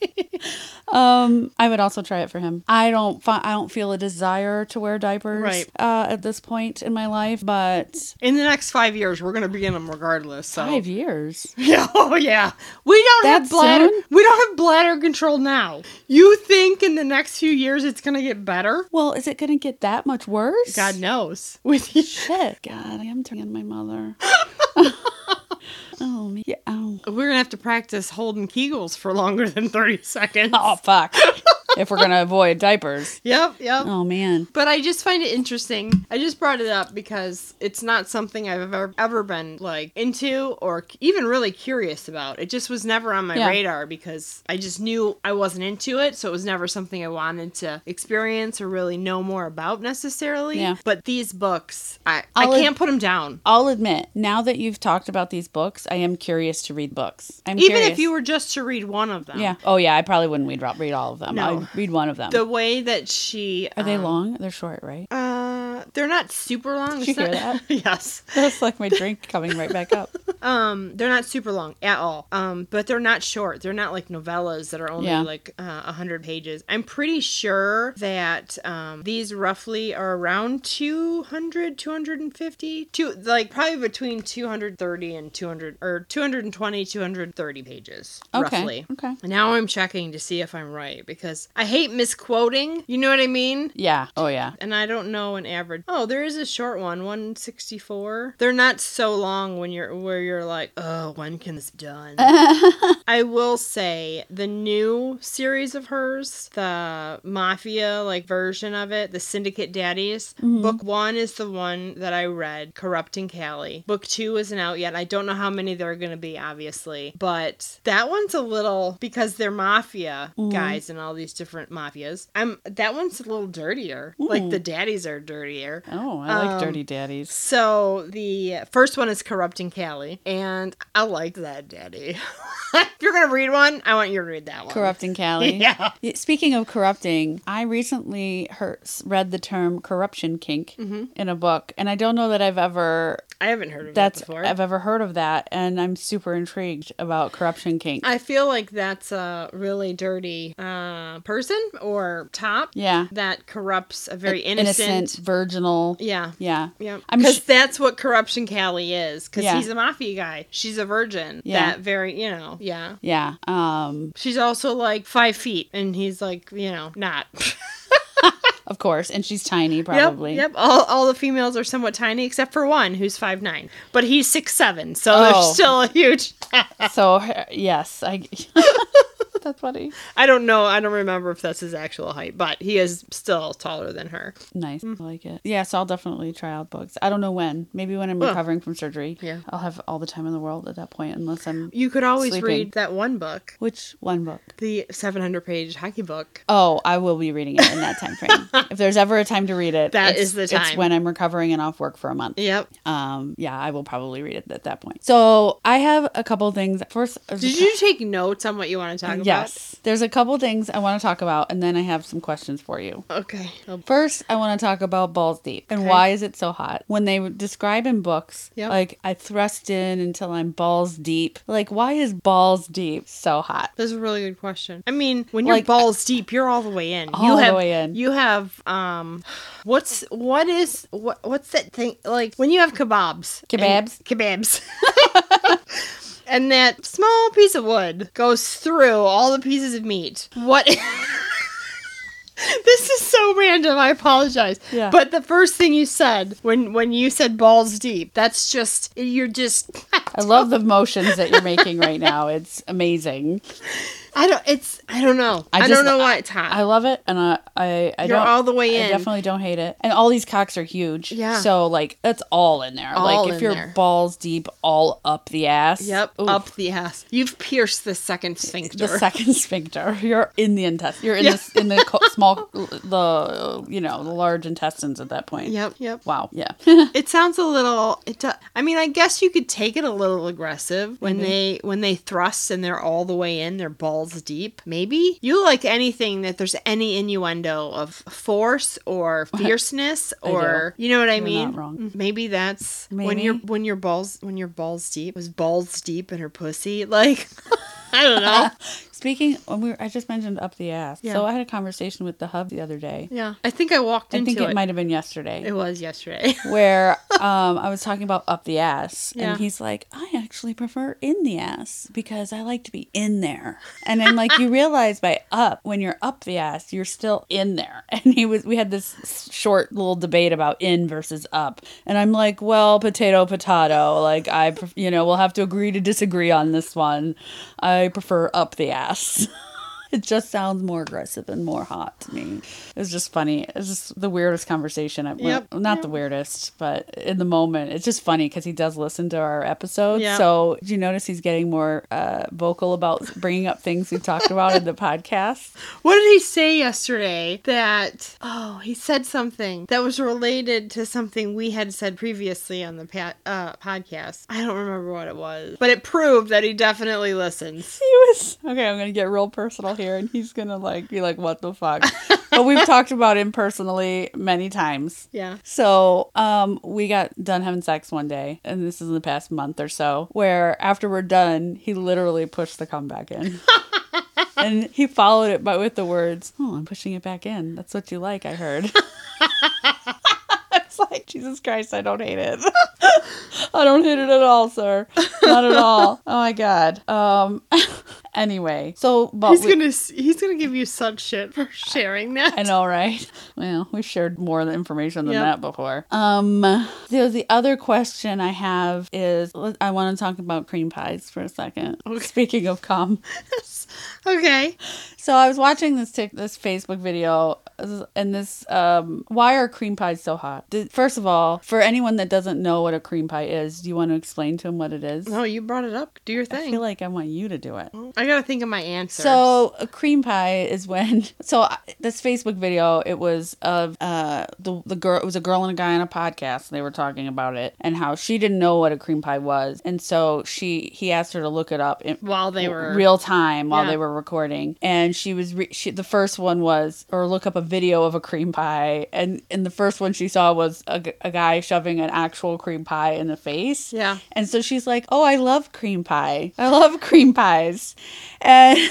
Speaker 2: Um, I would also try it for him. I don't fi- I don't feel a desire to wear diapers
Speaker 1: Right.
Speaker 2: uh, at this point in my life, but
Speaker 1: In the next five years, we're gonna be in them regardless. So.
Speaker 2: five years.
Speaker 1: Yeah, oh yeah. We don't have
Speaker 2: That
Speaker 1: bladder.
Speaker 2: soon?
Speaker 1: We don't have bladder control now. You think in the next few years it's gonna get better?
Speaker 2: Well, is it gonna get that much worse?
Speaker 1: God knows. With you.
Speaker 2: Shit. God, I am turning on my mother. oh, me. Yeah. Oh.
Speaker 1: We're gonna have to practice holding Kegels for longer than thirty seconds.
Speaker 2: oh, fuck. if we're going to avoid diapers.
Speaker 1: Yep. Yep.
Speaker 2: Oh, man.
Speaker 1: But I just find it interesting. I just brought it up because it's not something I've ever ever been like into or c- even really curious about. It just was never on my
Speaker 2: Yeah.
Speaker 1: radar because I just knew I wasn't into it, so it was never something I wanted to experience or really know more about necessarily.
Speaker 2: Yeah.
Speaker 1: But these books, I I'll
Speaker 2: I'll
Speaker 1: I
Speaker 2: ad-
Speaker 1: can not put them down.
Speaker 2: I'll admit, now that you've talked about these books, I am curious to read books. I'm
Speaker 1: Even
Speaker 2: curious.
Speaker 1: if you were just to read one of them.
Speaker 2: Yeah. Oh, yeah. I probably wouldn't read, read all of them.
Speaker 1: No.
Speaker 2: I'd read one of them.
Speaker 1: The way that she
Speaker 2: Are they
Speaker 1: um,
Speaker 2: long? They're short, right?
Speaker 1: Uh, they're not super long.
Speaker 2: Did you
Speaker 1: It's not- yes.
Speaker 2: That's like my drink coming right back up.
Speaker 1: Um, they're not super long at all. Um, but they're not short. They're not like novellas that are only
Speaker 2: Yeah.
Speaker 1: like uh, a hundred pages. I'm pretty sure that um, these roughly are around 200, 250, two like probably between 230 and 200 or 220, 230 pages
Speaker 2: Okay.
Speaker 1: roughly.
Speaker 2: Okay.
Speaker 1: Now I'm checking to see if I'm right because I hate misquoting. You know what I mean?
Speaker 2: Yeah. Oh, yeah.
Speaker 1: and I don't know an average. Oh, there is a short one, 164. They're not so long when you're where you're like, oh, when can this be done? I will say the new series of hers, the mafia like version of it, the Syndicate Daddies. Book one is the one that I read, Corrupting Callie. Book two isn't out yet. I don't know how many there are going to be, obviously, but that one's a little because they're mafia guys and all these different mafias. I'm that one's a little dirtier. Like the daddies are dirtier.
Speaker 2: Oh, I like
Speaker 1: Um,
Speaker 2: dirty daddies.
Speaker 1: So the first one is corrupting Callie, and I like that, Daddy. if you're gonna read one, I want you to read that one.
Speaker 2: Corrupting Callie.
Speaker 1: Yeah.
Speaker 2: Y- Speaking of corrupting, I recently heard, read the term corruption kink in a book, and I don't know that I've ever
Speaker 1: I haven't heard of
Speaker 2: that's
Speaker 1: that before.
Speaker 2: I've ever heard of that, and I'm super intrigued about corruption kink.
Speaker 1: I feel like that's a really dirty uh, person or top
Speaker 2: yeah,
Speaker 1: that corrupts a very innocent.
Speaker 2: virginal.
Speaker 1: Yeah.
Speaker 2: Yeah,
Speaker 1: Yeah,
Speaker 2: I'm
Speaker 1: because
Speaker 2: sh-
Speaker 1: that's what corruption Callie is. Because
Speaker 2: Yeah.
Speaker 1: he's a mafia guy. She's a virgin.
Speaker 2: Yeah.
Speaker 1: That very, you know, yeah.
Speaker 2: yeah. Um,
Speaker 1: She's also like five feet, and he's like, you know, not.
Speaker 2: of course, and she's tiny probably.
Speaker 1: Yep, yep. All, all the females are somewhat tiny except for one who's five nine, but he's six seven, so
Speaker 2: Oh.
Speaker 1: there's still a huge.
Speaker 2: So her- yes, I. That's funny.
Speaker 1: I don't know. I don't remember if that's his actual height, but he is still taller than her.
Speaker 2: Nice,
Speaker 1: Mm.
Speaker 2: I like it. Yeah, so I'll definitely try out books. I don't know when. Maybe when I'm
Speaker 1: Huh.
Speaker 2: recovering from surgery.
Speaker 1: Yeah.
Speaker 2: I'll have all the time in the world at that point, unless I'm.
Speaker 1: You could always
Speaker 2: Sleeping.
Speaker 1: read that one book,
Speaker 2: Which one book?
Speaker 1: the 700 page hockey book.
Speaker 2: Oh, I will be reading it in that time frame. if there's ever a time to read it,
Speaker 1: That
Speaker 2: it's-
Speaker 1: is the
Speaker 2: It's
Speaker 1: time.
Speaker 2: when I'm recovering and off work for a month.
Speaker 1: Yep.
Speaker 2: Um, yeah, I will probably read it at that point. So I have a couple things. First, uh,
Speaker 1: Did you take notes on what you want to talk
Speaker 2: Yes, there's a couple things I want to talk about, and then I have some questions for you.
Speaker 1: about? Okay. Oh,
Speaker 2: First, I want to talk about balls deep and
Speaker 1: Okay.
Speaker 2: why is it so hot? When they describe in books,
Speaker 1: Yep.
Speaker 2: like I thrust in until I'm balls deep. Like, why is balls deep so hot?
Speaker 1: That's a really good question. I mean, when you're
Speaker 2: Like-
Speaker 1: balls deep, you're all the way in.
Speaker 2: All
Speaker 1: you
Speaker 2: the
Speaker 1: have,
Speaker 2: way in.
Speaker 1: You have um, what's what is what what's that thing like when you have kebabs? and-
Speaker 2: Kebabs?
Speaker 1: kebabs. and that small piece of wood goes through all the pieces of meat. What? This is so random. I apologize.
Speaker 2: Yeah.
Speaker 1: But the first thing you said when when you said balls deep, that's just you're just
Speaker 2: I love the motions that you're making right now. It's amazing.
Speaker 1: I don't it's I don't know. I,
Speaker 2: I just-
Speaker 1: don't know why it's hot.
Speaker 2: I love it, and I I, I
Speaker 1: You're
Speaker 2: don't
Speaker 1: all the way
Speaker 2: I
Speaker 1: in.
Speaker 2: definitely don't hate it. And all these cocks are huge.
Speaker 1: Yeah.
Speaker 2: So like that's all in there.
Speaker 1: All
Speaker 2: like if
Speaker 1: in
Speaker 2: you're
Speaker 1: there.
Speaker 2: balls deep, all up the ass.
Speaker 1: Yep,
Speaker 2: oof,
Speaker 1: up the ass. You've pierced the second sphincter.
Speaker 2: the second sphincter. You're in the intestine. You're in
Speaker 1: Yeah.
Speaker 2: the in the co- small the you know the large intestines at that point.
Speaker 1: Yep, yep.
Speaker 2: Wow. Yeah.
Speaker 1: It sounds a little. It. Do, I mean, I guess you could take it a little aggressive when they when they thrust and they're all the way in, their balls deep. Maybe you like anything that there's any innuendo of force or fierceness
Speaker 2: do.
Speaker 1: or you know what I
Speaker 2: You're
Speaker 1: mean. Mm-hmm.
Speaker 2: not wrong.
Speaker 1: Maybe that's when
Speaker 2: Maybe.
Speaker 1: your when your balls when your balls deep was balls deep in her pussy. Like I don't know.
Speaker 2: Speaking, when we were, I just mentioned up the ass.
Speaker 1: Yeah.
Speaker 2: So I had a conversation with the hub the other day.
Speaker 1: yeah, I think I walked
Speaker 2: I
Speaker 1: into
Speaker 2: think it,
Speaker 1: it.
Speaker 2: might have been yesterday.
Speaker 1: it was yesterday.
Speaker 2: where um, I was talking about up the ass,
Speaker 1: Yeah.
Speaker 2: and he's like, I actually prefer in the ass because I like to be in there. And I'm like, you realize by up, when you're up the ass, you're still in there. And he was, we had this short little debate about in versus up, and I'm like, well, potato, potato. Like I, pref- you know, we'll have to agree to disagree on this one. I prefer up the ass. It just sounds more aggressive and more hot to me. It was just funny. It's just the weirdest conversation. I,
Speaker 1: Yep.
Speaker 2: well, not the weirdest, but in the moment, it's just funny because he does listen to our episodes.
Speaker 1: Yeah.
Speaker 2: So did you notice he's getting more uh, vocal about bringing up things we talked about in the podcast?
Speaker 1: What did he say yesterday that oh he said something that was related to something we had said previously on the pa- uh, podcast. I don't remember what it was, but it proved that he definitely listens.
Speaker 2: He was okay. I'm gonna get real personal here, and he's gonna like be like, "What the fuck?" but we've talked about him personally many times.
Speaker 1: Yeah.
Speaker 2: So, um, we got done having sex one day, and this is in the past month or so, where after we're done, he literally pushed the cum back in. and he followed it by with the words, Oh, I'm pushing it back in. That's what you like, I heard. It's like Jesus Christ, I don't hate it. I don't hate it at all, sir. Not at all. Oh my god. Um anyway. So but
Speaker 1: He's
Speaker 2: Oh, we-
Speaker 1: gonna s- he's gonna give you such shit for sharing that.
Speaker 2: I know, right? Well, we've shared more of the information than
Speaker 1: Yep.
Speaker 2: that before. Um, so the other question I have is I want to talk about cream pies for a second. Speaking of cum,
Speaker 1: Okay.
Speaker 2: so I was watching this tic- this Facebook video and this um, why are cream pies so hot? Did, first of all, for anyone that doesn't know what a cream pie is, do you want to explain to them what it is?
Speaker 1: No, you brought it up. Do your
Speaker 2: I
Speaker 1: thing. I,
Speaker 2: feel like I want you to do it.
Speaker 1: gotta think of my answer.
Speaker 2: So a cream pie is when. So I- this Facebook video, it was of uh the the girl. It was a girl and a guy on a podcast. And they were talking about it and how she didn't know what a cream pie was, and so she he asked her to look it up in
Speaker 1: while they were
Speaker 2: real time while
Speaker 1: Yeah.
Speaker 2: they were recording, and she was re- she, the first one was or look up a video of a cream pie, and and the first one she saw was a, g- a guy shoving an actual cream pie in the face,
Speaker 1: Yeah.
Speaker 2: and so she's like, "Oh, I love cream pie. I love cream pies." And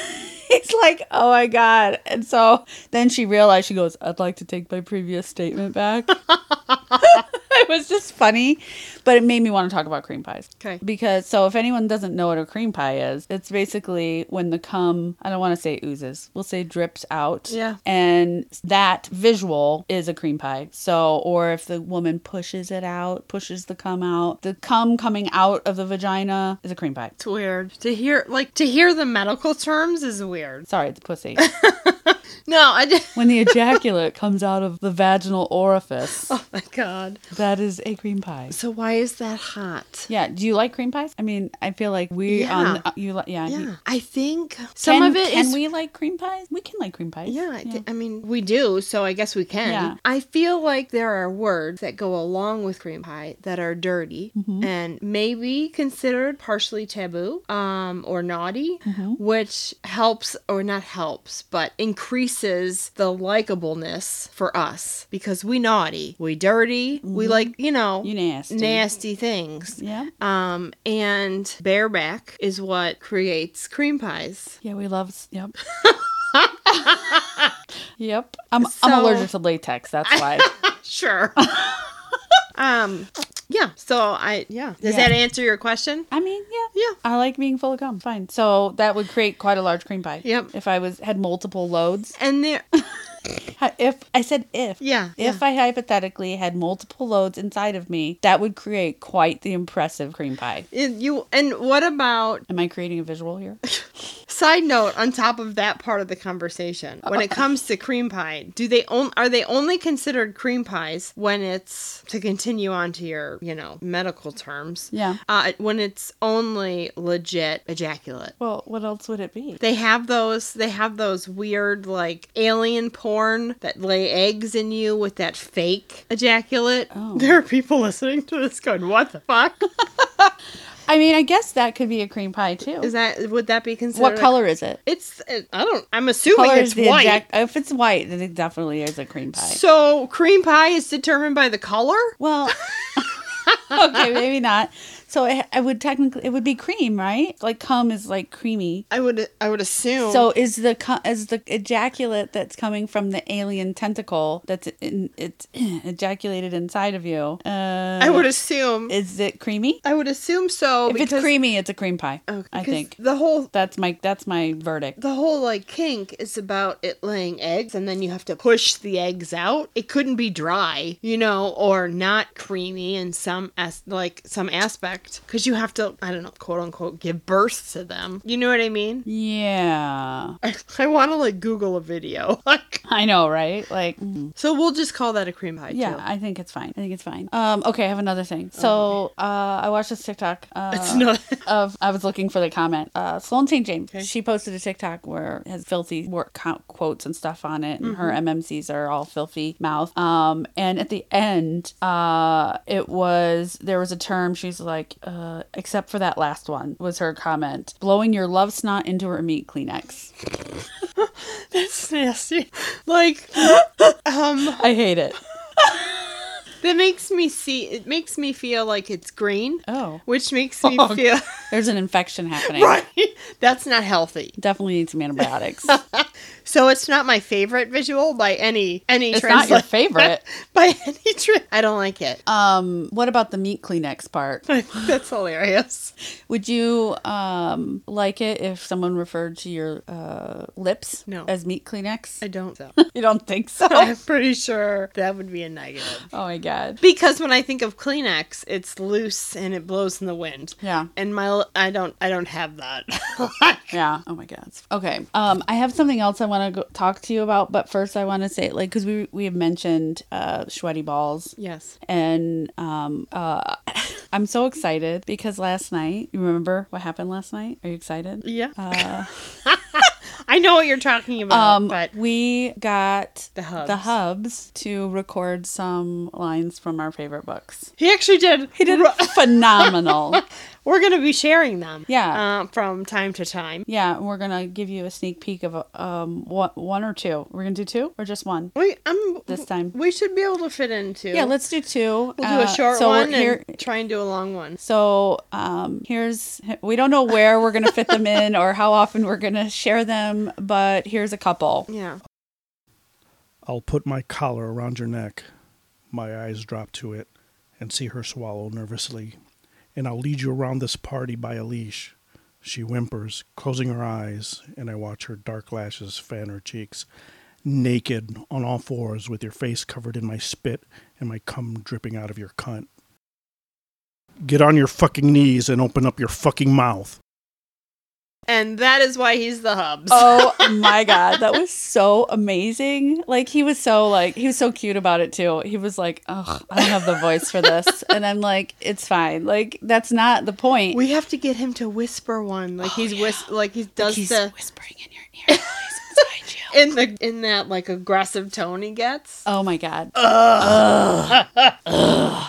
Speaker 2: he's like, "Oh my god." And so then she realized she goes, "I'd like to take my previous statement back." I it was just funny, but it made me want to talk about cream pies.
Speaker 1: Okay.
Speaker 2: Because so if anyone doesn't know what a cream pie is, it's basically when the cum, I don't want to say oozes, we'll say drips out.
Speaker 1: Yeah.
Speaker 2: And that visual is a cream pie. So or if the woman pushes it out, pushes the cum out, the cum coming out of the vagina is a cream pie.
Speaker 1: It's weird to hear like to hear the medical terms is weird.
Speaker 2: Sorry, it's pussy.
Speaker 1: No, I did.
Speaker 2: when the ejaculate comes out of the vaginal orifice,
Speaker 1: Oh my god.
Speaker 2: that is a cream pie.
Speaker 1: So why is that hot?
Speaker 2: Yeah. Do you like cream pies? I mean, I feel like we on
Speaker 1: Yeah.
Speaker 2: uh, you like yeah. you-
Speaker 1: Yeah, I think some
Speaker 2: Can-
Speaker 1: of it
Speaker 2: can
Speaker 1: is.
Speaker 2: we like cream pies? We can like cream pies.
Speaker 1: yeah, I thi- I mean we do, so I guess we can.
Speaker 2: Yeah.
Speaker 1: I feel like there are words that go along with cream pie that are dirty and maybe considered partially taboo um, or naughty, which helps or not helps, but increases the likableness for us because we naughty, we dirty, we like you know
Speaker 2: You nasty.
Speaker 1: nasty things.
Speaker 2: Yeah.
Speaker 1: Um, and bareback is what creates cream pies.
Speaker 2: Yeah, we love. s- Yep. yep. I'm, I'm
Speaker 1: So-
Speaker 2: allergic to latex. That's why.
Speaker 1: Sure. um, yeah. So I yeah. Does
Speaker 2: Yeah.
Speaker 1: that answer your question?
Speaker 2: I mean, yeah.
Speaker 1: Yeah.
Speaker 2: I like being full of gum. Fine. So that would create quite a large cream pie.
Speaker 1: Yep.
Speaker 2: If I was had multiple loads.
Speaker 1: And there.
Speaker 2: Hi- If I said if.
Speaker 1: Yeah.
Speaker 2: If I hypothetically had multiple loads inside of me, that would create quite the impressive cream pie.
Speaker 1: And you and what about
Speaker 2: Am I creating a visual here?
Speaker 1: side note on top of that part of the conversation when it comes to cream pie do they on, are they only considered cream pies when it's to continue on to your you know medical terms
Speaker 2: Yeah.
Speaker 1: uh, when it's only legit ejaculate
Speaker 2: Well, what else would it be?
Speaker 1: They have those they have those weird like alien porn that lay eggs in you with that fake ejaculate.
Speaker 2: Oh.
Speaker 1: There are people listening to this going, What the fuck?
Speaker 2: I mean, I guess that could be a cream pie too.
Speaker 1: Is that would that be considered
Speaker 2: what
Speaker 1: a-
Speaker 2: color is it?
Speaker 1: It's I don't I'm assuming
Speaker 2: color
Speaker 1: it's
Speaker 2: is the
Speaker 1: white.
Speaker 2: exact. If it's white, then it definitely is a cream pie.
Speaker 1: so cream pie is determined by the color?
Speaker 2: well, okay, maybe not. So it, I would technically it would be cream, right? Like cum is like creamy.
Speaker 1: I would I would assume
Speaker 2: So is the cu- is the ejaculate that's coming from the alien tentacle that's in, it's ejaculated inside of you? Uh,
Speaker 1: I would assume
Speaker 2: Is it creamy?
Speaker 1: I would assume so
Speaker 2: If it's
Speaker 1: because-
Speaker 2: creamy, it's a cream pie.
Speaker 1: Oh,
Speaker 2: I
Speaker 1: because
Speaker 2: think
Speaker 1: the whole
Speaker 2: that's my that's my verdict.
Speaker 1: the whole like kink is about it laying eggs and then you have to push the eggs out it couldn't be dry you know or not creamy in some as like some aspect because you have to i don't know quote unquote give birth to them you know what i mean
Speaker 2: Yeah,
Speaker 1: i, I want to like google a video like
Speaker 2: I know, right? Like. mm.
Speaker 1: so we'll just call that a cream pie too.
Speaker 2: Yeah,
Speaker 1: Oh,
Speaker 2: I think it's fine. I think it's fine. Um, okay, I have another thing. So uh, I watched this TikTok. Uh,
Speaker 1: it's not
Speaker 2: of I was looking for the comment. Uh, Sloan St. James. She posted a TikTok where it has filthy work co- quotes and stuff on it, and her MMCs are all filthy mouth. Um, and at the end, uh, it was there was a term. She's like, uh, except for that last one was her comment. Blowing your love snot into her meat Kleenex.
Speaker 1: that's nasty like um
Speaker 2: I hate it.
Speaker 1: that makes me see it makes me feel like it's green
Speaker 2: Oh,
Speaker 1: which makes me
Speaker 2: Oh,
Speaker 1: feel
Speaker 2: there's an infection happening.
Speaker 1: that's not healthy
Speaker 2: Definitely need some antibiotics.
Speaker 1: So it's not my favorite visual by any any
Speaker 2: It's not your
Speaker 1: transla-
Speaker 2: favorite.
Speaker 1: by any tri- I don't like it.
Speaker 2: um, what about the meat Kleenex part?
Speaker 1: I think that's hilarious.
Speaker 2: Would you um like it if someone referred to your uh lips
Speaker 1: No.
Speaker 2: as meat Kleenex?
Speaker 1: I don't though.
Speaker 2: you don't think so?
Speaker 1: I'm pretty sure that would be a negative.
Speaker 2: oh my god.
Speaker 1: Because when I think of Kleenex, it's loose and it blows in the wind.
Speaker 2: Yeah.
Speaker 1: And my l- I don't I don't have that.
Speaker 2: Yeah. Oh my god. Okay. Um, I have something else I want to go- talk to you about, but first I want to say like because we we have mentioned uh sweaty balls
Speaker 1: yes.
Speaker 2: and um uh I'm so excited because last night you remember what happened last night? Are you excited?
Speaker 1: Yeah. I know what you're talking about,
Speaker 2: Uh. Um,
Speaker 1: but
Speaker 2: we got
Speaker 1: The hubs.
Speaker 2: the hubs to record some lines from our favorite books.
Speaker 1: he actually did.
Speaker 2: He did phenomenal.
Speaker 1: We're going to be sharing them.
Speaker 2: Yeah.
Speaker 1: Uh, from time to time.
Speaker 2: Yeah, and we're gonna give you a sneak peek of uh, um one, one or two. We're gonna do two or just one.
Speaker 1: We I'm
Speaker 2: This time.
Speaker 1: We should be able to fit into.
Speaker 2: Yeah, let's do two.
Speaker 1: We'll do a
Speaker 2: Uh,
Speaker 1: short
Speaker 2: so we're
Speaker 1: one
Speaker 2: here-
Speaker 1: and try and do a long one.
Speaker 2: So um, here's we don't know where we're gonna fit them in or how often we're gonna share them, but here's a couple.
Speaker 1: Yeah.
Speaker 3: I'll put my collar around your neck. My eyes drop to it, and see her swallow nervously. And I'll lead you around this party by a leash. She whimpers, closing her eyes, and I watch her dark lashes fan her cheeks. Naked, on all fours, with your face covered in my spit and my cum dripping out of your cunt. Get on your fucking knees and open up your fucking mouth.
Speaker 1: And that is why he's the hubs.
Speaker 2: Oh my god, that was so amazing. Like he was so like he was so cute about it too. He was like, "Ugh, I don't have the voice for this." And I'm like, "It's fine. Like that's not the point."
Speaker 1: We have to get him to whisper one. Like he's whis- like he does
Speaker 2: Oh, He's
Speaker 1: the
Speaker 2: whispering in your ear. "Noise inside you."
Speaker 1: in the in that like aggressive tone he gets.
Speaker 2: Oh my god.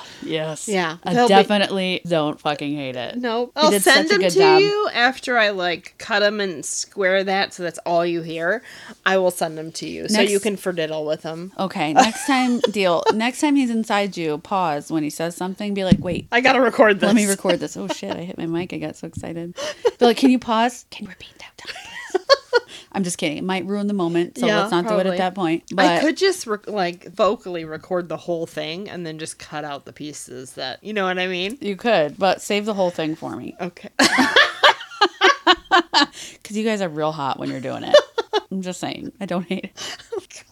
Speaker 2: Yes.
Speaker 1: Yeah.
Speaker 2: I
Speaker 1: They'll be-
Speaker 2: definitely don't fucking hate it.
Speaker 1: Nope.
Speaker 2: He
Speaker 1: I'll
Speaker 2: did
Speaker 1: send
Speaker 2: such a
Speaker 1: them to
Speaker 2: good job.
Speaker 1: you after I like cut them and square that so that's all you hear. I will send them to you so
Speaker 2: Next-
Speaker 1: you can fordiddle with them.
Speaker 2: Okay, next time deal. Next time he's inside you, pause when he says something, be like, "Wait,
Speaker 1: I gotta record this.
Speaker 2: Let me record this. Oh shit, I hit my mic. I got so excited. Be like, can you pause? Can you repeat that time, please? I'm just kidding. It might ruin the moment, so
Speaker 1: Yeah,
Speaker 2: let's not do it
Speaker 1: probably.
Speaker 2: at that point. But
Speaker 1: I could just rec like vocally record the whole thing and then just cut out the pieces that you know what I mean.
Speaker 2: you could, but save the whole thing for me.
Speaker 1: Okay.
Speaker 2: Because you guys are real hot when you're doing it. I'm just saying. I don't hate it.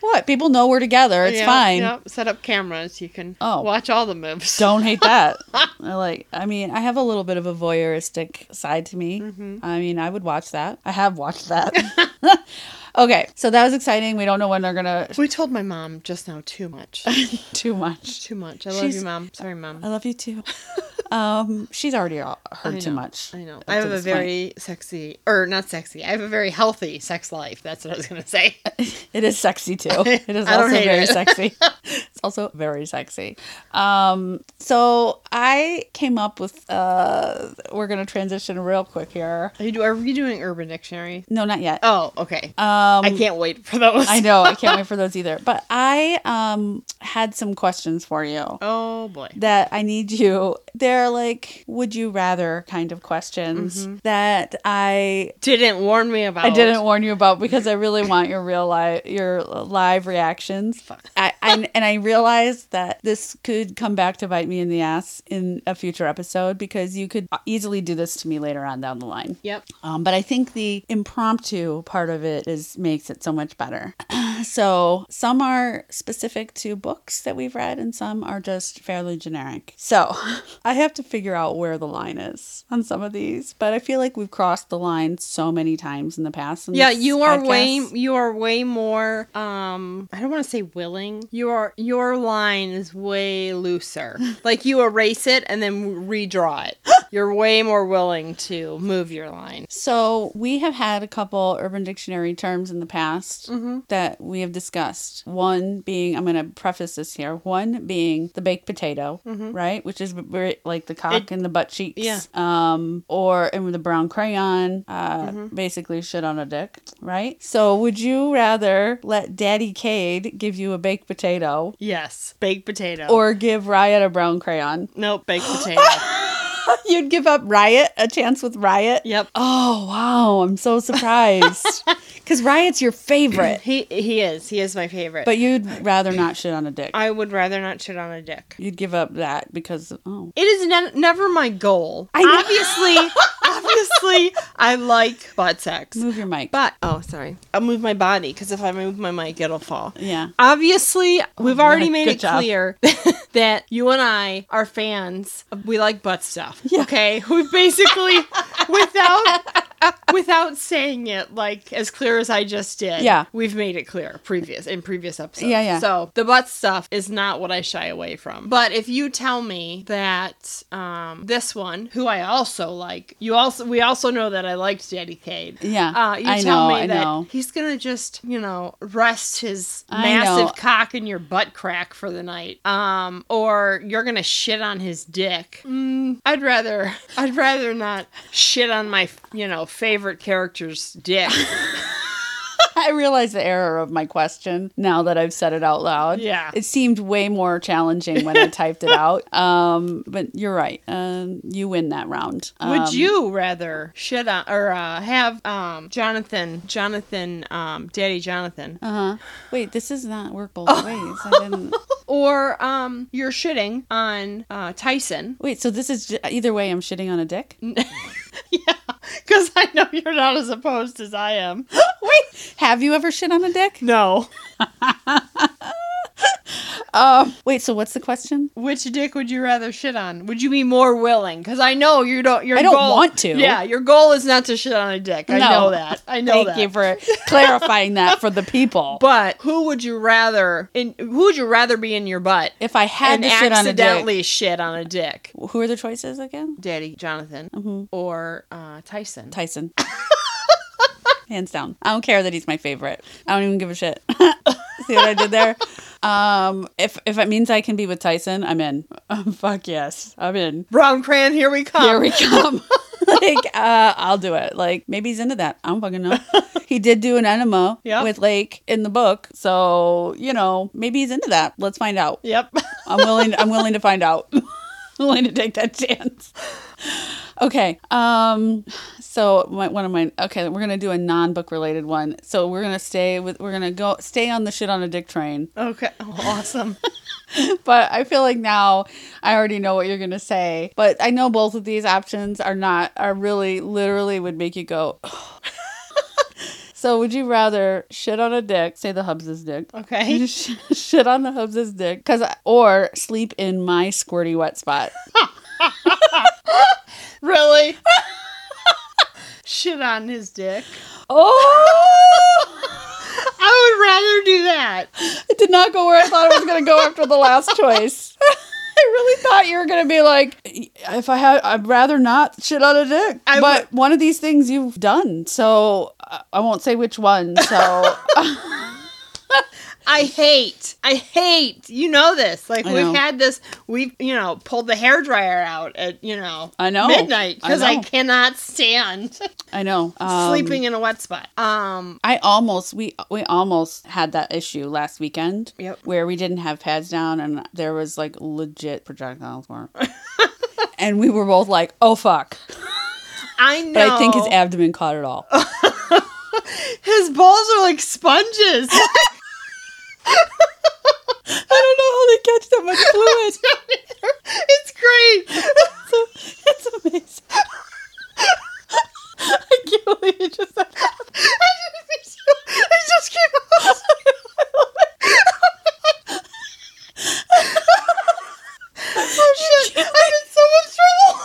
Speaker 2: what? People know we're together. It's
Speaker 1: Yeah,
Speaker 2: fine.
Speaker 1: yeah. Set up cameras. You can
Speaker 2: Oh.
Speaker 1: watch all the moves.
Speaker 2: Don't hate that. I like. I mean, I have a little bit of a voyeuristic side to me.
Speaker 1: Mm-hmm.
Speaker 2: I mean, I would watch that. I have watched that. okay, so that was exciting. We don't know when they're gonna
Speaker 1: We told my mom just now too much.
Speaker 2: too much.
Speaker 1: too much. I love
Speaker 2: She's- uh,
Speaker 1: you, mom. Sorry, mom.
Speaker 2: I love you too. um, she's already all- heard
Speaker 1: I
Speaker 2: too
Speaker 1: know,
Speaker 2: much.
Speaker 1: I know.
Speaker 2: up
Speaker 1: I
Speaker 2: to
Speaker 1: have a
Speaker 2: this point.
Speaker 1: very sexy, or not sexy. I have a very healthy sex life. That's what I was gonna say.
Speaker 2: It is sexy too. It is
Speaker 1: I don't
Speaker 2: also
Speaker 1: hate
Speaker 2: very
Speaker 1: it.
Speaker 2: sexy. It's also very sexy. Um, so I came up with. Uh, we're gonna transition real quick here.
Speaker 1: Are you, do- are we doing Urban Dictionary?
Speaker 2: No, not yet.
Speaker 1: Oh, okay.
Speaker 2: Um,
Speaker 1: I can't wait for those.
Speaker 2: I know. I can't wait for those either. But I um had some questions for you
Speaker 1: Oh boy.
Speaker 2: that I need you. They're like would you rather kind of questions
Speaker 1: Mm-hmm.
Speaker 2: that I
Speaker 1: Didn't warn me about.
Speaker 2: I didn't warn you about because I really want your real live your live reactions. I, I and I realized that this could come back to bite me in the ass in a future episode because you could easily do this to me later on down the line.
Speaker 1: Yep.
Speaker 2: Um, but I think the impromptu part of it is makes it so much better. so some are specific to books that we've read, and some are just fairly generic. So I have to figure out where the line is on some of these. But I feel like we've crossed the line so many times in the past. in
Speaker 1: Yeah,
Speaker 2: this
Speaker 1: you are way
Speaker 2: podcast.
Speaker 1: you are way more um I don't want to say willing. You are your line is way looser. like you erase it and then redraw it. You're way more willing to move your line.
Speaker 2: So we have had a couple Urban Dictionary terms in the past that we have discussed. One being, I'm going to preface this here. One being the baked potato, right, which is very- like the cock and the butt cheeks,
Speaker 1: yeah.
Speaker 2: Um, or and with the brown crayon, uh, basically shit on a dick, right? So would you rather let Daddy Cade give you a baked potato
Speaker 1: Yes, baked potato.
Speaker 2: or give Riot a brown crayon?
Speaker 1: nope, baked potato.
Speaker 2: You'd give up Riot a chance with Riot.
Speaker 1: yep.
Speaker 2: Oh wow, I'm so surprised. Cuz Riot's your favorite,
Speaker 1: He he is. He is my favorite.
Speaker 2: but you'd rather not shit on a dick.
Speaker 1: I would rather not shit on a dick.
Speaker 2: You'd give up that because oh.
Speaker 1: It is ne- never my goal.
Speaker 2: I know.
Speaker 1: obviously, obviously, I like butt sex.
Speaker 2: Move your mic.
Speaker 1: But oh, sorry. I'll move my body because if I move my mic, it'll fall.
Speaker 2: yeah. Oh,
Speaker 1: Obviously, we've already
Speaker 2: yeah,
Speaker 1: made
Speaker 2: good
Speaker 1: it
Speaker 2: job.
Speaker 1: clear that you and I are fans. of- We like butt stuff. Okay, we basically without without saying it like as clear as I just did.
Speaker 2: Yeah.
Speaker 1: we've made it clear previous in previous episodes.
Speaker 2: Yeah, yeah.
Speaker 1: So the butt stuff is not what I shy away from. But if you tell me that um, this one, who I also like, you also we also know that I liked Daddy Cade.
Speaker 2: Yeah,
Speaker 1: uh, you
Speaker 2: I
Speaker 1: tell
Speaker 2: know,
Speaker 1: me
Speaker 2: I
Speaker 1: that
Speaker 2: know.
Speaker 1: he's gonna just you know rest his
Speaker 2: I know.
Speaker 1: massive cock in your butt crack for the night um or you're gonna shit on his dick mm, i'd rather i'd rather not shit on my you know favorite character's dick
Speaker 2: I realize the error of my question now that I've said it out loud.
Speaker 1: Yeah.
Speaker 2: It seemed way more challenging when I typed it out. Um, but you're right. Um, you win that round. Um,
Speaker 1: Would you rather shit on or uh, have um, Jonathan, Jonathan, um, Daddy Jonathan,
Speaker 2: Uh-huh. Wait, this is not work both ways. I didn't.
Speaker 1: or um, you're shitting on uh, Tyson?
Speaker 2: Wait, so this is j- either way I'm shitting on a dick?
Speaker 1: Yeah, because I know you're not as opposed as I am.
Speaker 2: Wait, have you ever shit on a dick?
Speaker 1: No.
Speaker 2: Wait, so what's the question?
Speaker 1: Which dick would you rather shit on? Would you be more willing? Because I know you don't. Your
Speaker 2: I don't
Speaker 1: goal-
Speaker 2: want to.
Speaker 1: Yeah, your goal is not to shit on a dick. I
Speaker 2: No.
Speaker 1: know that. I know
Speaker 2: Thank
Speaker 1: that.
Speaker 2: you for clarifying that for the people.
Speaker 1: But who would you rather? In who would you rather be in your butt?
Speaker 2: if I had
Speaker 1: and
Speaker 2: to shit on a
Speaker 1: accidentally
Speaker 2: dick,
Speaker 1: shit on a dick.
Speaker 2: who are the choices again?
Speaker 1: Daddy Jonathan
Speaker 2: Mm-hmm.
Speaker 1: or uh, Tyson.
Speaker 2: Tyson. Hands down. I don't care that he's my favorite. I don't even give a shit. See what I did there? Um, if if it means I can be with Tyson, I'm in. Um, fuck yes, I'm in.
Speaker 1: Brown Cran, here we come.
Speaker 2: Here we come. like uh, I'll do it. Like maybe he's into that. I don't fucking know. he did do an enema
Speaker 1: Yep.
Speaker 2: with Lake in the book, so you know maybe he's into that. Let's find out.
Speaker 1: yep.
Speaker 2: I'm willing. I'm willing to find out. willing to take that chance. Okay. Um. So my, one of my okay, we're gonna do a non-book related one. So we're gonna stay with. We're gonna go stay on the shit on a dick train.
Speaker 1: okay. Oh, awesome.
Speaker 2: But I feel like now I already know what you're gonna say. But I know both of these options are not are really literally would make you go. So would you rather shit on a dick, say the hubs' dick,
Speaker 1: Okay.
Speaker 2: Sh- shit on the hubs' dick, cause or sleep in my squirty wet spot?
Speaker 1: Really? shit on his dick.
Speaker 2: Oh,
Speaker 1: I would rather do that.
Speaker 2: it did not go where I thought it was gonna go after the last choice. I really thought you were gonna be like, if I had, I'd rather not shit on a dick.
Speaker 1: I
Speaker 2: but one of these things you've done, so I- I won't say which one. So
Speaker 1: I hate, I hate, you know this. Like,
Speaker 2: I
Speaker 1: we've
Speaker 2: know.
Speaker 1: had this, we've, you know, pulled the hairdryer out at, you know,
Speaker 2: I know.
Speaker 1: midnight because
Speaker 2: I
Speaker 1: I,
Speaker 2: know.
Speaker 1: cannot stand
Speaker 2: I know um,
Speaker 1: sleeping in a wet spot. Um,
Speaker 2: I almost we we almost had that issue last weekend.
Speaker 1: Yep.
Speaker 2: Where we didn't have pads down and there was like legit projectiles weren't. and we were both like, "Oh fuck!"
Speaker 1: I know.
Speaker 2: But I think his abdomen caught it all.
Speaker 1: His balls are like sponges.
Speaker 2: I don't know how they catch that much fluid.
Speaker 1: it's great.
Speaker 2: It's, it's amazing. I can't believe you just said that.
Speaker 1: It just came out. oh shit! I'm in so much trouble.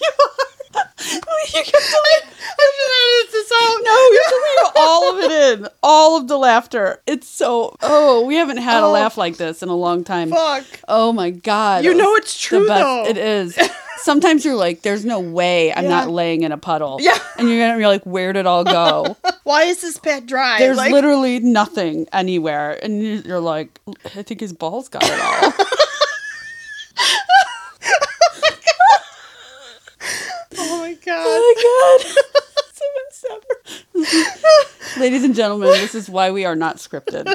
Speaker 2: You have to leave-
Speaker 1: I should edit this out.
Speaker 2: no, Oh, you have to leave all of it in. All of the laughter. It's so. Oh, we haven't had
Speaker 1: Oh.
Speaker 2: a laugh like this in a long time.
Speaker 1: fuck.
Speaker 2: Oh my god.
Speaker 1: You
Speaker 2: It was
Speaker 1: know it's
Speaker 2: the
Speaker 1: true
Speaker 2: best-
Speaker 1: though.
Speaker 2: It is. Sometimes you're like, there's no way I'm
Speaker 1: Yeah.
Speaker 2: not laying in a puddle.
Speaker 1: Yeah.
Speaker 2: And you're gonna be like, where'd it all go?
Speaker 1: Why is this pet dry?
Speaker 2: There's
Speaker 1: Like,
Speaker 2: literally nothing anywhere. And you- you're like, I think his balls got it all.
Speaker 1: Oh my god.
Speaker 2: oh my god. It's the best ever. Ladies and gentlemen, this is why we are not scripted.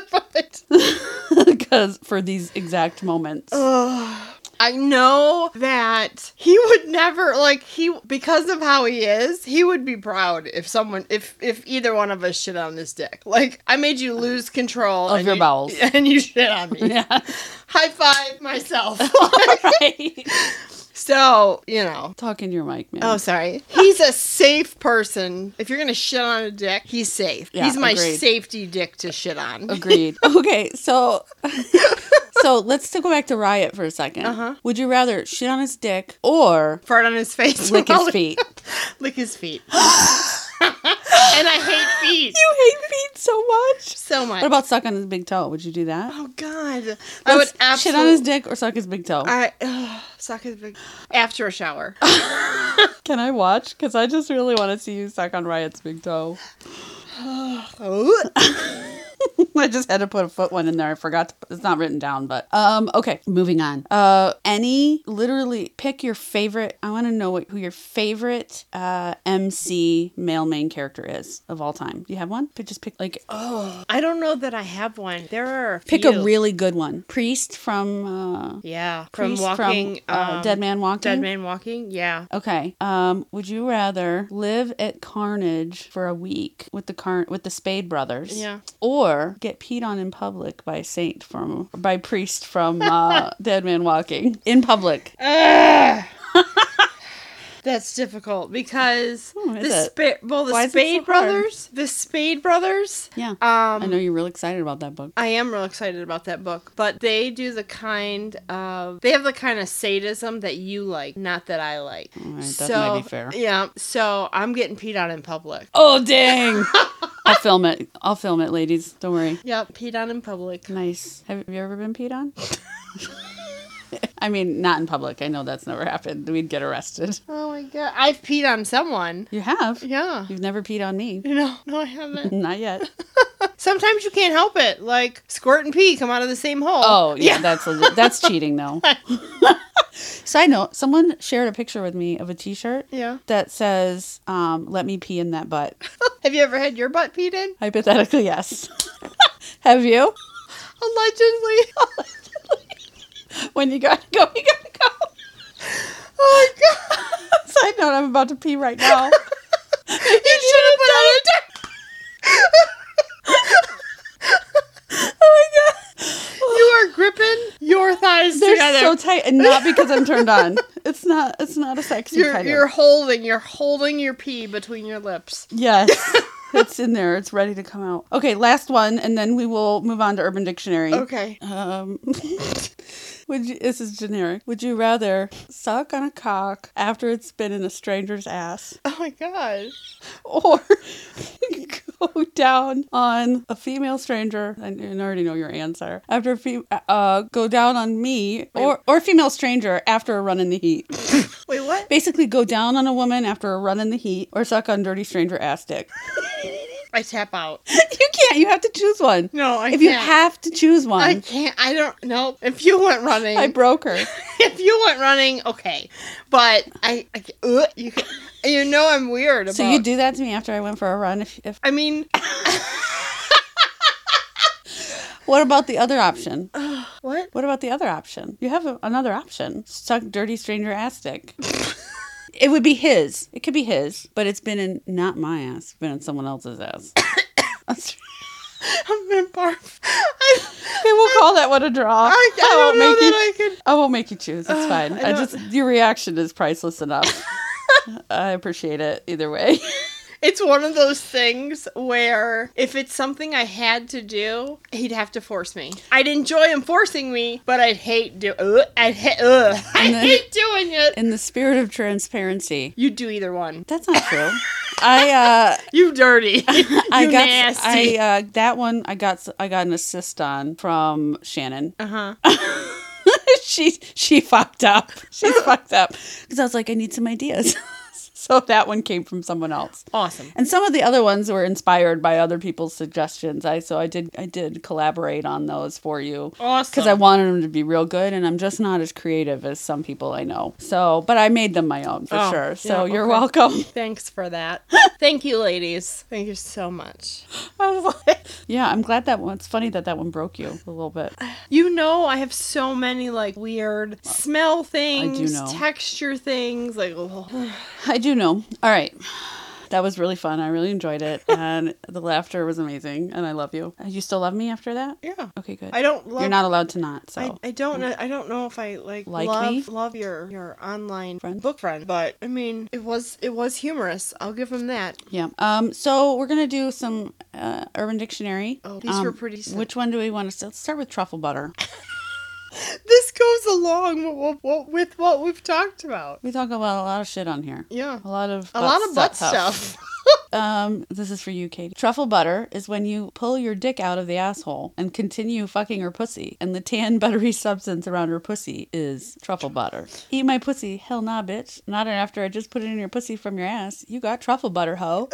Speaker 2: Because for these exact moments.
Speaker 1: I know that he would never like he because of how he is, he would be proud if someone if if either one of us shit on his dick. Like I made you lose control
Speaker 2: Of
Speaker 1: and
Speaker 2: your
Speaker 1: you-
Speaker 2: bowels.
Speaker 1: and you shit on me.
Speaker 2: Yeah.
Speaker 1: High five myself.
Speaker 2: right.
Speaker 1: so, you know.
Speaker 2: Talk in your mic, man.
Speaker 1: Oh, sorry. He's a safe person. If you're going to shit on a dick, he's safe.
Speaker 2: Yeah,
Speaker 1: he's my
Speaker 2: agreed.
Speaker 1: safety dick to shit on.
Speaker 2: Agreed. okay, so so let's to go back to Riot for a 2nd
Speaker 1: Uh-huh.
Speaker 2: Would you rather shit on his dick or
Speaker 1: Fart on his face.
Speaker 2: lick
Speaker 1: while
Speaker 2: his
Speaker 1: he-
Speaker 2: feet?
Speaker 1: Lick his feet. and I hate feet
Speaker 2: you hate feet so much.
Speaker 1: so much.
Speaker 2: What about suck on his big toe? Would you do that?
Speaker 1: Oh God! I would
Speaker 2: Let's
Speaker 1: absolutely
Speaker 2: shit on his dick or suck his big toe.
Speaker 1: I ugh, suck his big after a shower.
Speaker 2: Can I watch? Because I just Oh. really want to see you suck on Riot's big toe.
Speaker 1: oh
Speaker 2: I just had to put a foot one in there. I forgot to put, it's not written down, but um okay, moving on. Uh any literally pick your favorite. I want to know what who your favorite uh MC male main character is of all time. Do you have one? Pick, just pick like
Speaker 1: Uh, I don't know that I have one. There are a
Speaker 2: pick
Speaker 1: few.
Speaker 2: a really good one. Priest from uh
Speaker 1: yeah from
Speaker 2: Priest
Speaker 1: walking
Speaker 2: uh,
Speaker 1: um,
Speaker 2: Dead Man Walking.
Speaker 1: Dead Man Walking. Yeah,
Speaker 2: Okay. Um, would you rather live at Carnage for a week with the car with the Spade brothers?
Speaker 1: Yeah.
Speaker 2: Or get peed on in public by Saint from by priest from uh, Dead Man Walking in public.
Speaker 1: Uh, that's difficult because
Speaker 2: Oh, is
Speaker 1: the
Speaker 2: it?
Speaker 1: spa- well the
Speaker 2: Why is it so
Speaker 1: Spade
Speaker 2: hard?
Speaker 1: brothers, the Spade brothers.
Speaker 2: Yeah. I
Speaker 1: Um,
Speaker 2: know you're real excited about that book.
Speaker 1: I am real excited about that book, but they do the kind of they have the kind of sadism that you like, not that I like.
Speaker 2: right, that
Speaker 1: so,
Speaker 2: might be fair.
Speaker 1: Yeah, so I'm getting peed on in public.
Speaker 2: Oh dang! I'll film it. I'll film it, ladies. Don't worry.
Speaker 1: Yep, peed on in public.
Speaker 2: Nice. Have you ever been peed on? I mean, not in public. I know that's never happened. We'd get arrested.
Speaker 1: Oh my god, I've peed on someone.
Speaker 2: You have.
Speaker 1: Yeah.
Speaker 2: You've never peed on me.
Speaker 1: No, no, I haven't.
Speaker 2: Not yet.
Speaker 1: Sometimes you can't help it. Like squirt and pee come out of the same hole.
Speaker 2: Oh yeah, that's legit. that's cheating though. Side note: Someone shared a picture with me of a T-shirt
Speaker 1: Yeah.
Speaker 2: that says um, "Let me pee in that butt."
Speaker 1: Have you ever had your butt peed in?
Speaker 2: Hypothetically, yes. Have you?
Speaker 1: Allegedly.
Speaker 2: When you gotta go, you gotta go.
Speaker 1: Oh my god.
Speaker 2: Side note: I'm about to pee right now.
Speaker 1: You should have put on a
Speaker 2: oh my god,
Speaker 1: You are gripping your thighs
Speaker 2: they're
Speaker 1: together.
Speaker 2: so tight, and not because I'm turned on. It's not. It's not a sexy
Speaker 1: you're
Speaker 2: kind
Speaker 1: you're
Speaker 2: of.
Speaker 1: holding you're holding your pee between your lips.
Speaker 2: Yes. It's in there. It's ready to come out. Okay, last one, and then we will move on to Urban Dictionary.
Speaker 1: Okay.
Speaker 2: Um, would you, this is generic. Would you rather suck on a cock after it's been in a stranger's ass,
Speaker 1: Oh my god.
Speaker 2: or go down on a female stranger? And I already know your answer. After a fe- uh, go down on me or or a female stranger after a run in the heat.
Speaker 1: Wait, what?
Speaker 2: Basically, go down on a woman after a run in the heat, or suck on dirty stranger ass dick.
Speaker 1: I tap out.
Speaker 2: you can't. You have to choose one.
Speaker 1: No, I
Speaker 2: if you
Speaker 1: can't.
Speaker 2: have to choose one,
Speaker 1: I can't. I don't. No. If you went running,
Speaker 2: I broke her.
Speaker 1: if you went running, okay. But I, I uh, you, can- you know, I'm weird. About,
Speaker 2: So you do that to me after I went for a run. If, if
Speaker 1: I mean,
Speaker 2: what about the other option?
Speaker 1: Uh. what?
Speaker 2: What about the other option? You have a, another option. Suck dirty stranger ass dick. it would be his. It could be his, but it's been in not my ass. It's been in someone else's ass. That's-
Speaker 1: I'm gonna barf. I,
Speaker 2: they will call that one a draw.
Speaker 1: I, I don't know
Speaker 2: Oh, make you.
Speaker 1: that I can.
Speaker 2: I won't make you choose. It's fine.
Speaker 1: I
Speaker 2: I, just your reaction is priceless enough. I appreciate it either way.
Speaker 1: It's one of those things where if it's something I had to do, he'd have to force me. I'd enjoy him forcing me, but I'd hate do. Uh, I'd hate. Uh, I
Speaker 2: And then-
Speaker 1: hate doing it.
Speaker 2: In the spirit of transparency,
Speaker 1: you do either one.
Speaker 2: that's not true. I uh,
Speaker 1: You dirty.
Speaker 2: I
Speaker 1: you
Speaker 2: got
Speaker 1: nasty.
Speaker 2: I uh, that one I got I got an assist on from Shannon.
Speaker 1: uh-huh.
Speaker 2: she she fucked up. She's fucked up because I was like I need some ideas. so that one came from someone else.
Speaker 1: Awesome.
Speaker 2: And some of the other ones were inspired by other people's suggestions. I so I did I did collaborate on those for you.
Speaker 1: Awesome.
Speaker 2: Because I wanted them to be real good, and I'm just not as creative as some people I know. So, but I made them my own for
Speaker 1: Oh,
Speaker 2: sure. So
Speaker 1: yeah,
Speaker 2: you're
Speaker 1: okay.
Speaker 2: welcome.
Speaker 1: Thanks for that. Thank you, ladies. Thank you so much.
Speaker 2: I was like, yeah, I'm glad that one. It's funny that that one broke you a little bit.
Speaker 1: You know, I have so many like weird smell things,
Speaker 2: know.
Speaker 1: texture things. Like, ugh.
Speaker 2: I do know. All right. That was really fun. I really enjoyed it. And the laughter was amazing. And I love you. Uh, You still love me after that?
Speaker 1: yeah.
Speaker 2: Okay, good.
Speaker 1: I don't love.
Speaker 2: You're not allowed to not. So,
Speaker 1: I, I don't know. I don't know if I like,
Speaker 2: Like
Speaker 1: love
Speaker 2: me?
Speaker 1: love your your online
Speaker 2: Friend?
Speaker 1: book friend, but I mean, it was it was humorous. I'll give him that.
Speaker 2: yeah. Um, so, we're going to do some uh, Urban Dictionary.
Speaker 1: Oh, these
Speaker 2: Um,
Speaker 1: were pretty sim-
Speaker 2: Which one do we want to let's start with truffle butter?
Speaker 1: This goes along with, with, with what we've talked about.
Speaker 2: We talk about a lot of shit on here.
Speaker 1: Yeah,
Speaker 2: A lot of
Speaker 1: a lot of butt
Speaker 2: stuff.
Speaker 1: stuff.
Speaker 2: Um, this is for you, Katie. Truffle butter is when you pull your dick out of the asshole and continue fucking her pussy, and the tan buttery substance around her pussy is truffle butter. Eat my pussy, hell nah, bitch. Not after I just put it in your pussy from your ass. You got truffle butter, hoe.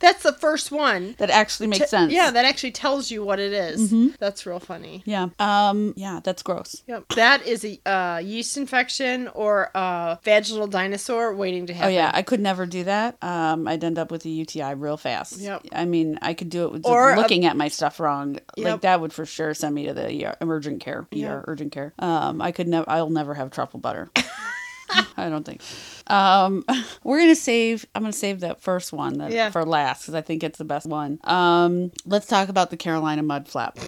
Speaker 1: That's the first one.
Speaker 2: That actually makes
Speaker 1: T-
Speaker 2: sense. Mm-hmm.
Speaker 1: Yeah, that actually tells you what it is. That's real funny.
Speaker 2: yeah. Um. Yeah. That's gross.
Speaker 1: Yep. That is a uh, yeast infection or a vaginal dinosaur waiting to
Speaker 2: Oh
Speaker 1: happen.
Speaker 2: yeah, I could never do that. Um, I'd end up with a UTI real fast.
Speaker 1: Yep.
Speaker 2: I mean, I could do it with just
Speaker 1: Or a-
Speaker 2: looking at my stuff wrong.
Speaker 1: Yep.
Speaker 2: Like that would for sure send me to the ER, emergent care. ER, urgent care. Um, I could never. I'll never have truffle butter. I don't think. Um, we're gonna save. I'm gonna save that first one that,
Speaker 1: Yeah.
Speaker 2: for last because I think it's the best one. Um, let's talk about the Carolina mud flap.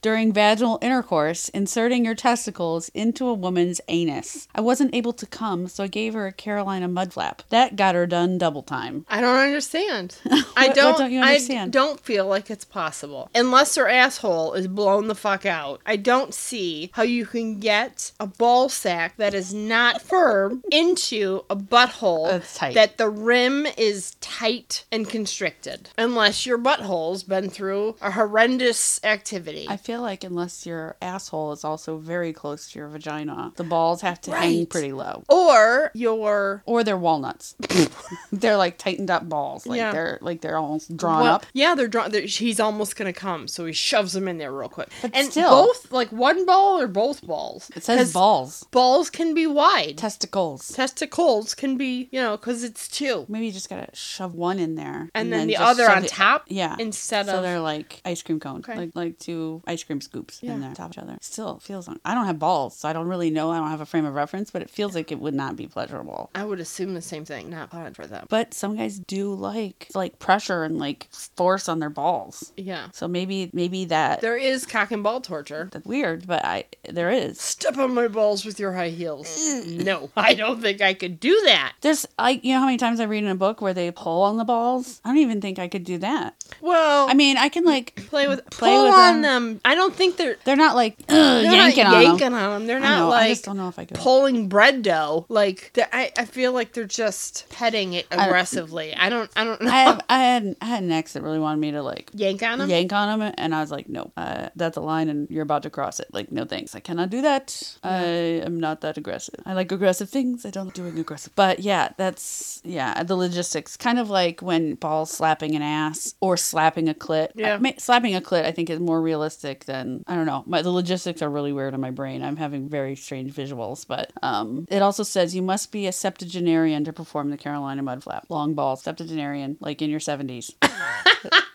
Speaker 2: During vaginal intercourse, inserting your testicles into a woman's anus. I wasn't able to come, so I gave her a Carolina mud flap. That got her done double time.
Speaker 1: I don't understand. I
Speaker 2: what
Speaker 1: don't.
Speaker 2: don't you
Speaker 1: I
Speaker 2: understand?
Speaker 1: don't feel like it's possible unless her asshole is blown the fuck out. I don't see how you can get a ball sack that is not firm into a butthole
Speaker 2: That's tight.
Speaker 1: that the rim is tight and constricted, unless your butthole's been through a horrendous activity.
Speaker 2: I feel like unless your asshole is also very close to your vagina, the balls have to hang
Speaker 1: Right.
Speaker 2: pretty low.
Speaker 1: or your
Speaker 2: Or they're walnuts. they're like tightened up balls. Like
Speaker 1: Yeah.
Speaker 2: they're like they're almost drawn
Speaker 1: Well,
Speaker 2: up.
Speaker 1: Yeah, they're drawn. They're, he's almost gonna come, so he shoves him in there real quick.
Speaker 2: But
Speaker 1: and
Speaker 2: still.
Speaker 1: both like one ball or both balls.
Speaker 2: It
Speaker 1: 'Cause
Speaker 2: says balls.
Speaker 1: Balls can be wide.
Speaker 2: Testicles.
Speaker 1: Testicles can be, you know, because it's two,
Speaker 2: Maybe you just gotta shove one in there. And,
Speaker 1: and, then, the
Speaker 2: just
Speaker 1: other
Speaker 2: shove
Speaker 1: on
Speaker 2: the- e-,
Speaker 1: top.
Speaker 2: Yeah.
Speaker 1: Instead
Speaker 2: so
Speaker 1: of
Speaker 2: they're like ice cream cones,
Speaker 1: Okay.
Speaker 2: like like two ice cream scoops
Speaker 1: Yeah.
Speaker 2: in there, on top of each other. Still feels. Un- I don't have balls, so I don't really know. I don't have a frame of reference, but it feels like it would not be pleasurable.
Speaker 1: I would assume the same thing. Not fun for them.
Speaker 2: But some guys do like like pressure and like force on their balls.
Speaker 1: yeah,
Speaker 2: So maybe maybe that
Speaker 1: there is cock and ball torture.
Speaker 2: that's weird, but I there is.
Speaker 1: Step on my balls with your high heels.
Speaker 2: Mm.
Speaker 1: no, I don't think I could do that.
Speaker 2: There's like you know how many times I read in a book where they pull on the balls. I don't even think I could do that.
Speaker 1: Well,
Speaker 2: I mean, I can like
Speaker 1: play with
Speaker 2: play
Speaker 1: pull
Speaker 2: with
Speaker 1: on them. I don't think they're.
Speaker 2: They're not like "Ugh,"
Speaker 1: They're
Speaker 2: yanking,
Speaker 1: not
Speaker 2: on 'em.
Speaker 1: yanking on them. They're
Speaker 2: I
Speaker 1: not
Speaker 2: know,
Speaker 1: like
Speaker 2: I just don't know if I could.
Speaker 1: pulling bread dough. Like they're- I, I feel like they're just petting it
Speaker 2: don't-
Speaker 1: aggressively. I don't I don't know.
Speaker 2: I, have, I had I had an ex that really wanted me to like
Speaker 1: Yank on them.
Speaker 2: yank on him, and I was like, no, uh, that's a line, and you're about to cross it. Like, no thanks, I cannot do that. I am not that aggressive. I like aggressive things. I don't like doing aggressive. But yeah, that's yeah, the logistics, kind of like when balls slapping an ass or slapping a clit.
Speaker 1: Yeah.
Speaker 2: I mean, slapping a clit, I think is more realistic than I don't know. My, the logistics are really weird in my brain. I'm having very strange visuals, but um, it also says you must be a septuagenarian to perform the Carolina mud flap, long ball, septuagenarian, like in your seventies.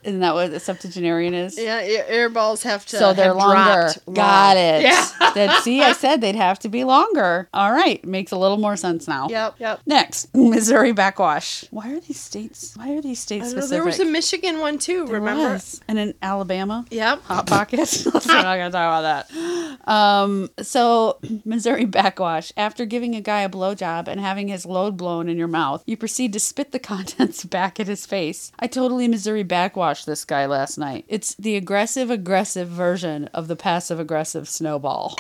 Speaker 2: Isn't that what a septuagenarian is?
Speaker 1: Yeah, air, air balls have to.
Speaker 2: So they're
Speaker 1: have
Speaker 2: longer.
Speaker 1: dropped long.
Speaker 2: Got it.
Speaker 1: Yeah.
Speaker 2: that, see, I said they'd have to be longer. All right. Makes a little more sense now.
Speaker 1: Yep. Yep.
Speaker 2: Next, Missouri backwash. Why are these states? Why are these states
Speaker 1: I don't know,
Speaker 2: specific?
Speaker 1: there was a Michigan one too.
Speaker 2: There
Speaker 1: remember?
Speaker 2: was. And in Alabama.
Speaker 1: Yep.
Speaker 2: Hot pockets. We're not gonna talk about that. Um, so Missouri backwash. After giving a guy a blowjob and having his load blown in your mouth, you proceed to spit the contents back at his face. I totally Missouri backwashed this guy last night. It's the aggressive aggressive version of the passive aggressive snowball.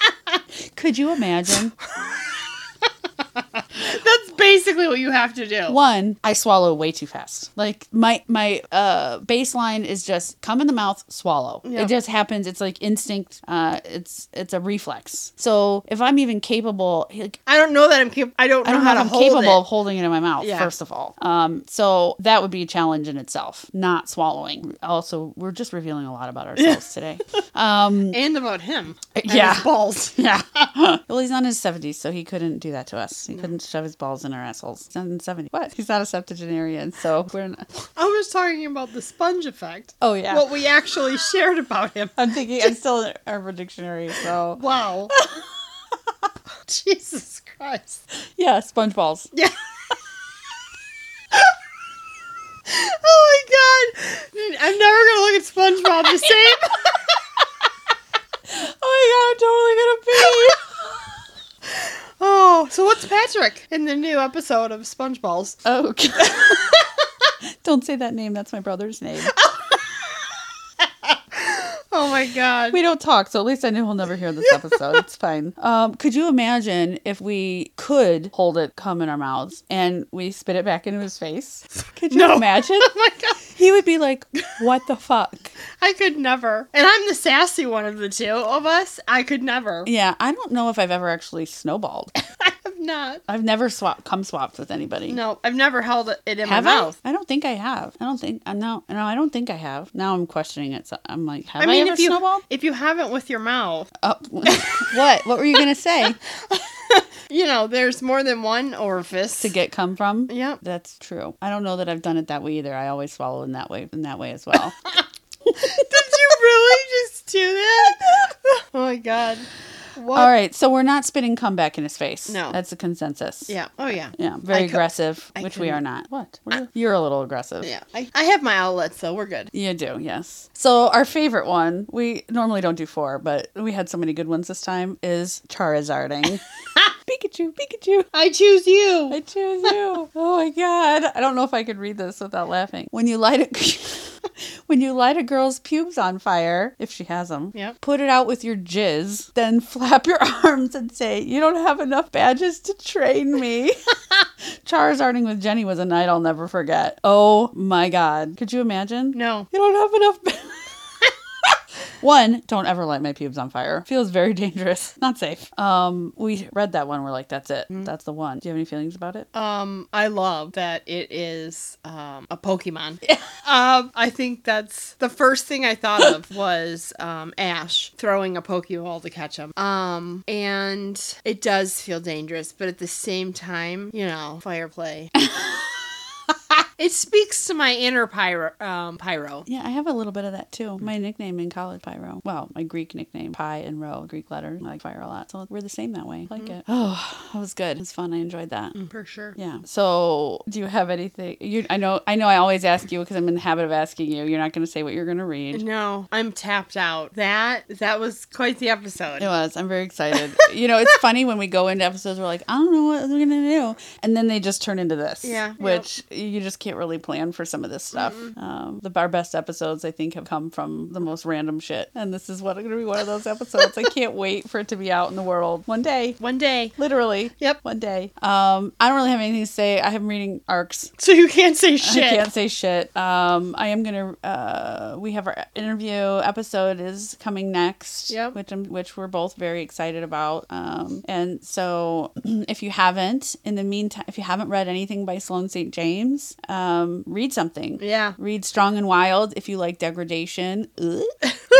Speaker 2: Could you imagine?
Speaker 1: That's basically what you have to do.
Speaker 2: One, I swallow way too fast. Like my my uh baseline is just come in the mouth, swallow.
Speaker 1: Yeah.
Speaker 2: It just happens. It's like instinct. Uh, it's it's a reflex. So if I'm even capable, like,
Speaker 1: I don't know that I'm. Cap- I don't know
Speaker 2: I don't know
Speaker 1: how
Speaker 2: if
Speaker 1: to
Speaker 2: I'm
Speaker 1: hold
Speaker 2: capable
Speaker 1: it.
Speaker 2: of holding it in my mouth.
Speaker 1: Yeah.
Speaker 2: First of all, um, so that would be a challenge in itself. Not swallowing. Also, we're just revealing a lot about ourselves today. Um,
Speaker 1: and about him. And
Speaker 2: yeah.
Speaker 1: his balls.
Speaker 2: yeah. well, he's not in his 70s, so he couldn't do that to us. He couldn't shove his balls in our assholes. He's not in 70. What? He's not a septuagenarian, so we're not.
Speaker 1: I was talking about the sponge effect.
Speaker 2: Oh yeah.
Speaker 1: What we actually shared about him.
Speaker 2: I'm thinking I'm still in Urban Dictionary, so
Speaker 1: Wow. Jesus Christ.
Speaker 2: yeah, sponge balls.
Speaker 1: Yeah. oh my god. I'm never gonna look at SpongeBob the same.
Speaker 2: Oh my god, I'm totally gonna pee.
Speaker 1: Oh, so what's Patrick in the new episode of SpongeBob's?
Speaker 2: Okay. Oh, Don't say that name. That's my brother's name.
Speaker 1: Oh my god.
Speaker 2: We don't talk, so at least I know he'll never hear this episode. It's fine. Um, could you imagine if we could hold it come in our mouths and we spit it back into his face? Could you
Speaker 1: No.
Speaker 2: imagine?
Speaker 1: Oh my god.
Speaker 2: He would be like, "What the fuck?"
Speaker 1: I could never. And I'm the sassy one of the two of us. I could never.
Speaker 2: Yeah, I don't know if I've ever actually snowballed.
Speaker 1: I have not.
Speaker 2: I've never swap cum swapped with anybody.
Speaker 1: No, I've never held it in
Speaker 2: Have
Speaker 1: my
Speaker 2: I?
Speaker 1: mouth.
Speaker 2: I don't think I have. I don't think I'm no no. I don't think I have. Now I'm questioning it. So I'm like, have I,
Speaker 1: I mean,
Speaker 2: ever
Speaker 1: if you
Speaker 2: snowballed?
Speaker 1: if you haven't with your mouth,
Speaker 2: Oh, what? What were you gonna say
Speaker 1: you know, there's more than one orifice.
Speaker 2: to get cum from?
Speaker 1: Yep.
Speaker 2: that's true. I don't know that I've done it that way either. I always swallow in that way in that way as well.
Speaker 1: Did you really just do that? oh my god. What?
Speaker 2: All right, so we're not spitting cum back in his face.
Speaker 1: No.
Speaker 2: that's the consensus.
Speaker 1: Yeah. Oh yeah.
Speaker 2: yeah,
Speaker 1: I
Speaker 2: very
Speaker 1: cou-
Speaker 2: aggressive,
Speaker 1: I
Speaker 2: which we are
Speaker 1: couldn't-
Speaker 2: not. What? We're- You're a little aggressive.
Speaker 1: Yeah. I, I have my outlets though. We're good.
Speaker 2: You do, yes. So our favorite one, we normally don't do four, but we had so many good ones this time, is Charizarding. Pikachu, Pikachu.
Speaker 1: I choose you.
Speaker 2: I choose you. Oh my god. I don't know if I could read this without laughing. When you light a when you light a girl's pubes on fire, if she has them,
Speaker 1: Yep.
Speaker 2: put it out with your jizz, then flap your arms and say, "You don't have enough badges to train me." Charizarding with Jenny was a night I'll never forget. Oh my god. Could you imagine?
Speaker 1: no.
Speaker 2: You don't have enough. One, don't ever light my pubes on fire. Feels very dangerous. Not safe. Um, we read that one. We're like, that's it. That's the one. Do you have any feelings about it?
Speaker 1: Um, I love that it is um, a Pokemon. um, I think that's the first thing I thought of was um, Ash throwing a Pokeball to catch him. Um, and it does feel dangerous, but at the same time, you know, fire play. it speaks to my inner pyro. Um, pyro.
Speaker 2: Yeah, I have a little bit of that too. My nickname in college, Pyro. Well, my Greek nickname, Pi and Rho, Greek letter. I like fire a lot. So we're the same that way. I like it. Oh, that was good. It was fun. I enjoyed that.
Speaker 1: For sure.
Speaker 2: Yeah. Mm. So, do you have anything? You, I know, I know. I always ask you because I'm in the habit of asking you. You're not going to say what you're going to read.
Speaker 1: No, I'm tapped out. That that was quite the episode.
Speaker 2: It was. I'm very excited. you know, it's funny when we go into episodes, we're like, I don't know what we're going to do. And then they just turn into this.
Speaker 1: Yeah.
Speaker 2: Which you just can't really plan for some of this stuff. Um, the, our best episodes, I think, have come from the most random shit. And this is what going to be one of those episodes. I can't wait for it to be out in the world one day.
Speaker 1: One day.
Speaker 2: Literally.
Speaker 1: Yep.
Speaker 2: One day. Um, I don't really have anything to say. I am reading ARCs.
Speaker 1: So you can't say shit.
Speaker 2: I can't say shit. Um, I am gonna. Uh, we have our interview episode is coming next.
Speaker 1: Yep.
Speaker 2: Which I'm, which we're both very excited about. Um, and so if you haven't, in the meantime, if you haven't read anything by Sloane St. James, um, read something.
Speaker 1: Yeah.
Speaker 2: Read Strong and Wild if you like degradation. Ugh.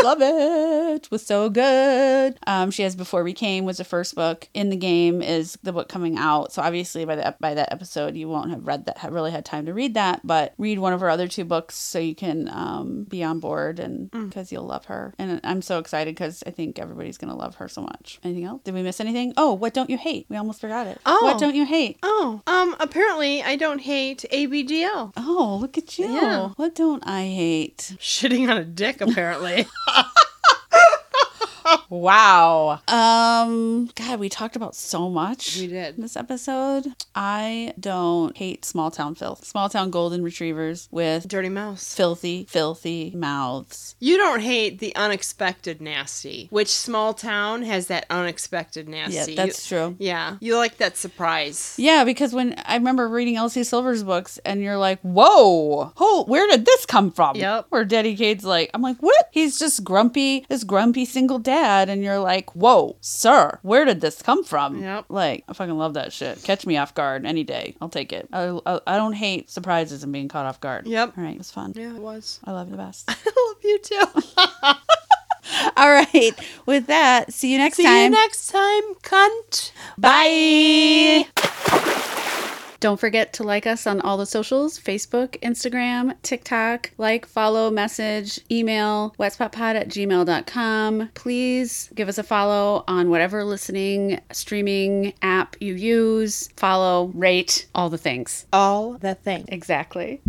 Speaker 2: Love it. Was so good. Um, she has Before We Came was the first book. In the Game is the book coming out. So obviously by the ep- by that episode you won't have read that have really had time to read that, but read one of her other two books so you can um, be on board and
Speaker 1: Mm.
Speaker 2: because you'll love her. And I'm so excited because I think everybody's gonna love her so much. Anything else? Did we miss anything? Oh, what don't you hate? We almost forgot it.
Speaker 1: Oh.
Speaker 2: What don't you hate?
Speaker 1: Oh, um, apparently I don't hate ABDL.
Speaker 2: Oh, look at you.
Speaker 1: Yeah.
Speaker 2: What don't I hate?
Speaker 1: Shitting on a dick, apparently.
Speaker 2: Wow. Um God, we talked about so much.
Speaker 1: We
Speaker 2: in
Speaker 1: did.
Speaker 2: This episode, I don't hate small town filth. Small town golden retrievers with
Speaker 1: Dirty Mouse.
Speaker 2: filthy, filthy mouths.
Speaker 1: You don't hate the unexpected nasty, which small town has that unexpected
Speaker 2: Yeah,
Speaker 1: nasty.
Speaker 2: that's true.
Speaker 1: yeah, you like that surprise.
Speaker 2: Yeah, because when I remember reading Elsie Silver's books, and you're like, "Whoa, oh, where did this come from?"
Speaker 1: Yep.
Speaker 2: Where Daddy Cade's like, "I'm like, what?" He's just grumpy, this grumpy single dad, and you're like, "Whoa, sir, where did this come from?"
Speaker 1: Yep.
Speaker 2: Like, I fucking love that shit. Catch me off guard any day. I'll take it. I, I, I don't hate surprises and being caught off guard.
Speaker 1: Yep.
Speaker 2: All right, it was fun.
Speaker 1: Yeah, it was.
Speaker 2: I love you the best.
Speaker 1: I love you too.
Speaker 2: All right, with that, see you next
Speaker 1: See you
Speaker 2: time.
Speaker 1: next time, cunt.
Speaker 2: Bye. Don't forget to like us on all the socials Facebook, Instagram, TikTok. Like, follow, message, email, wetspotpod at gmail.com. Please give us a follow on whatever listening, streaming app you use. Follow, rate, all the things.
Speaker 1: All the things.
Speaker 2: Exactly.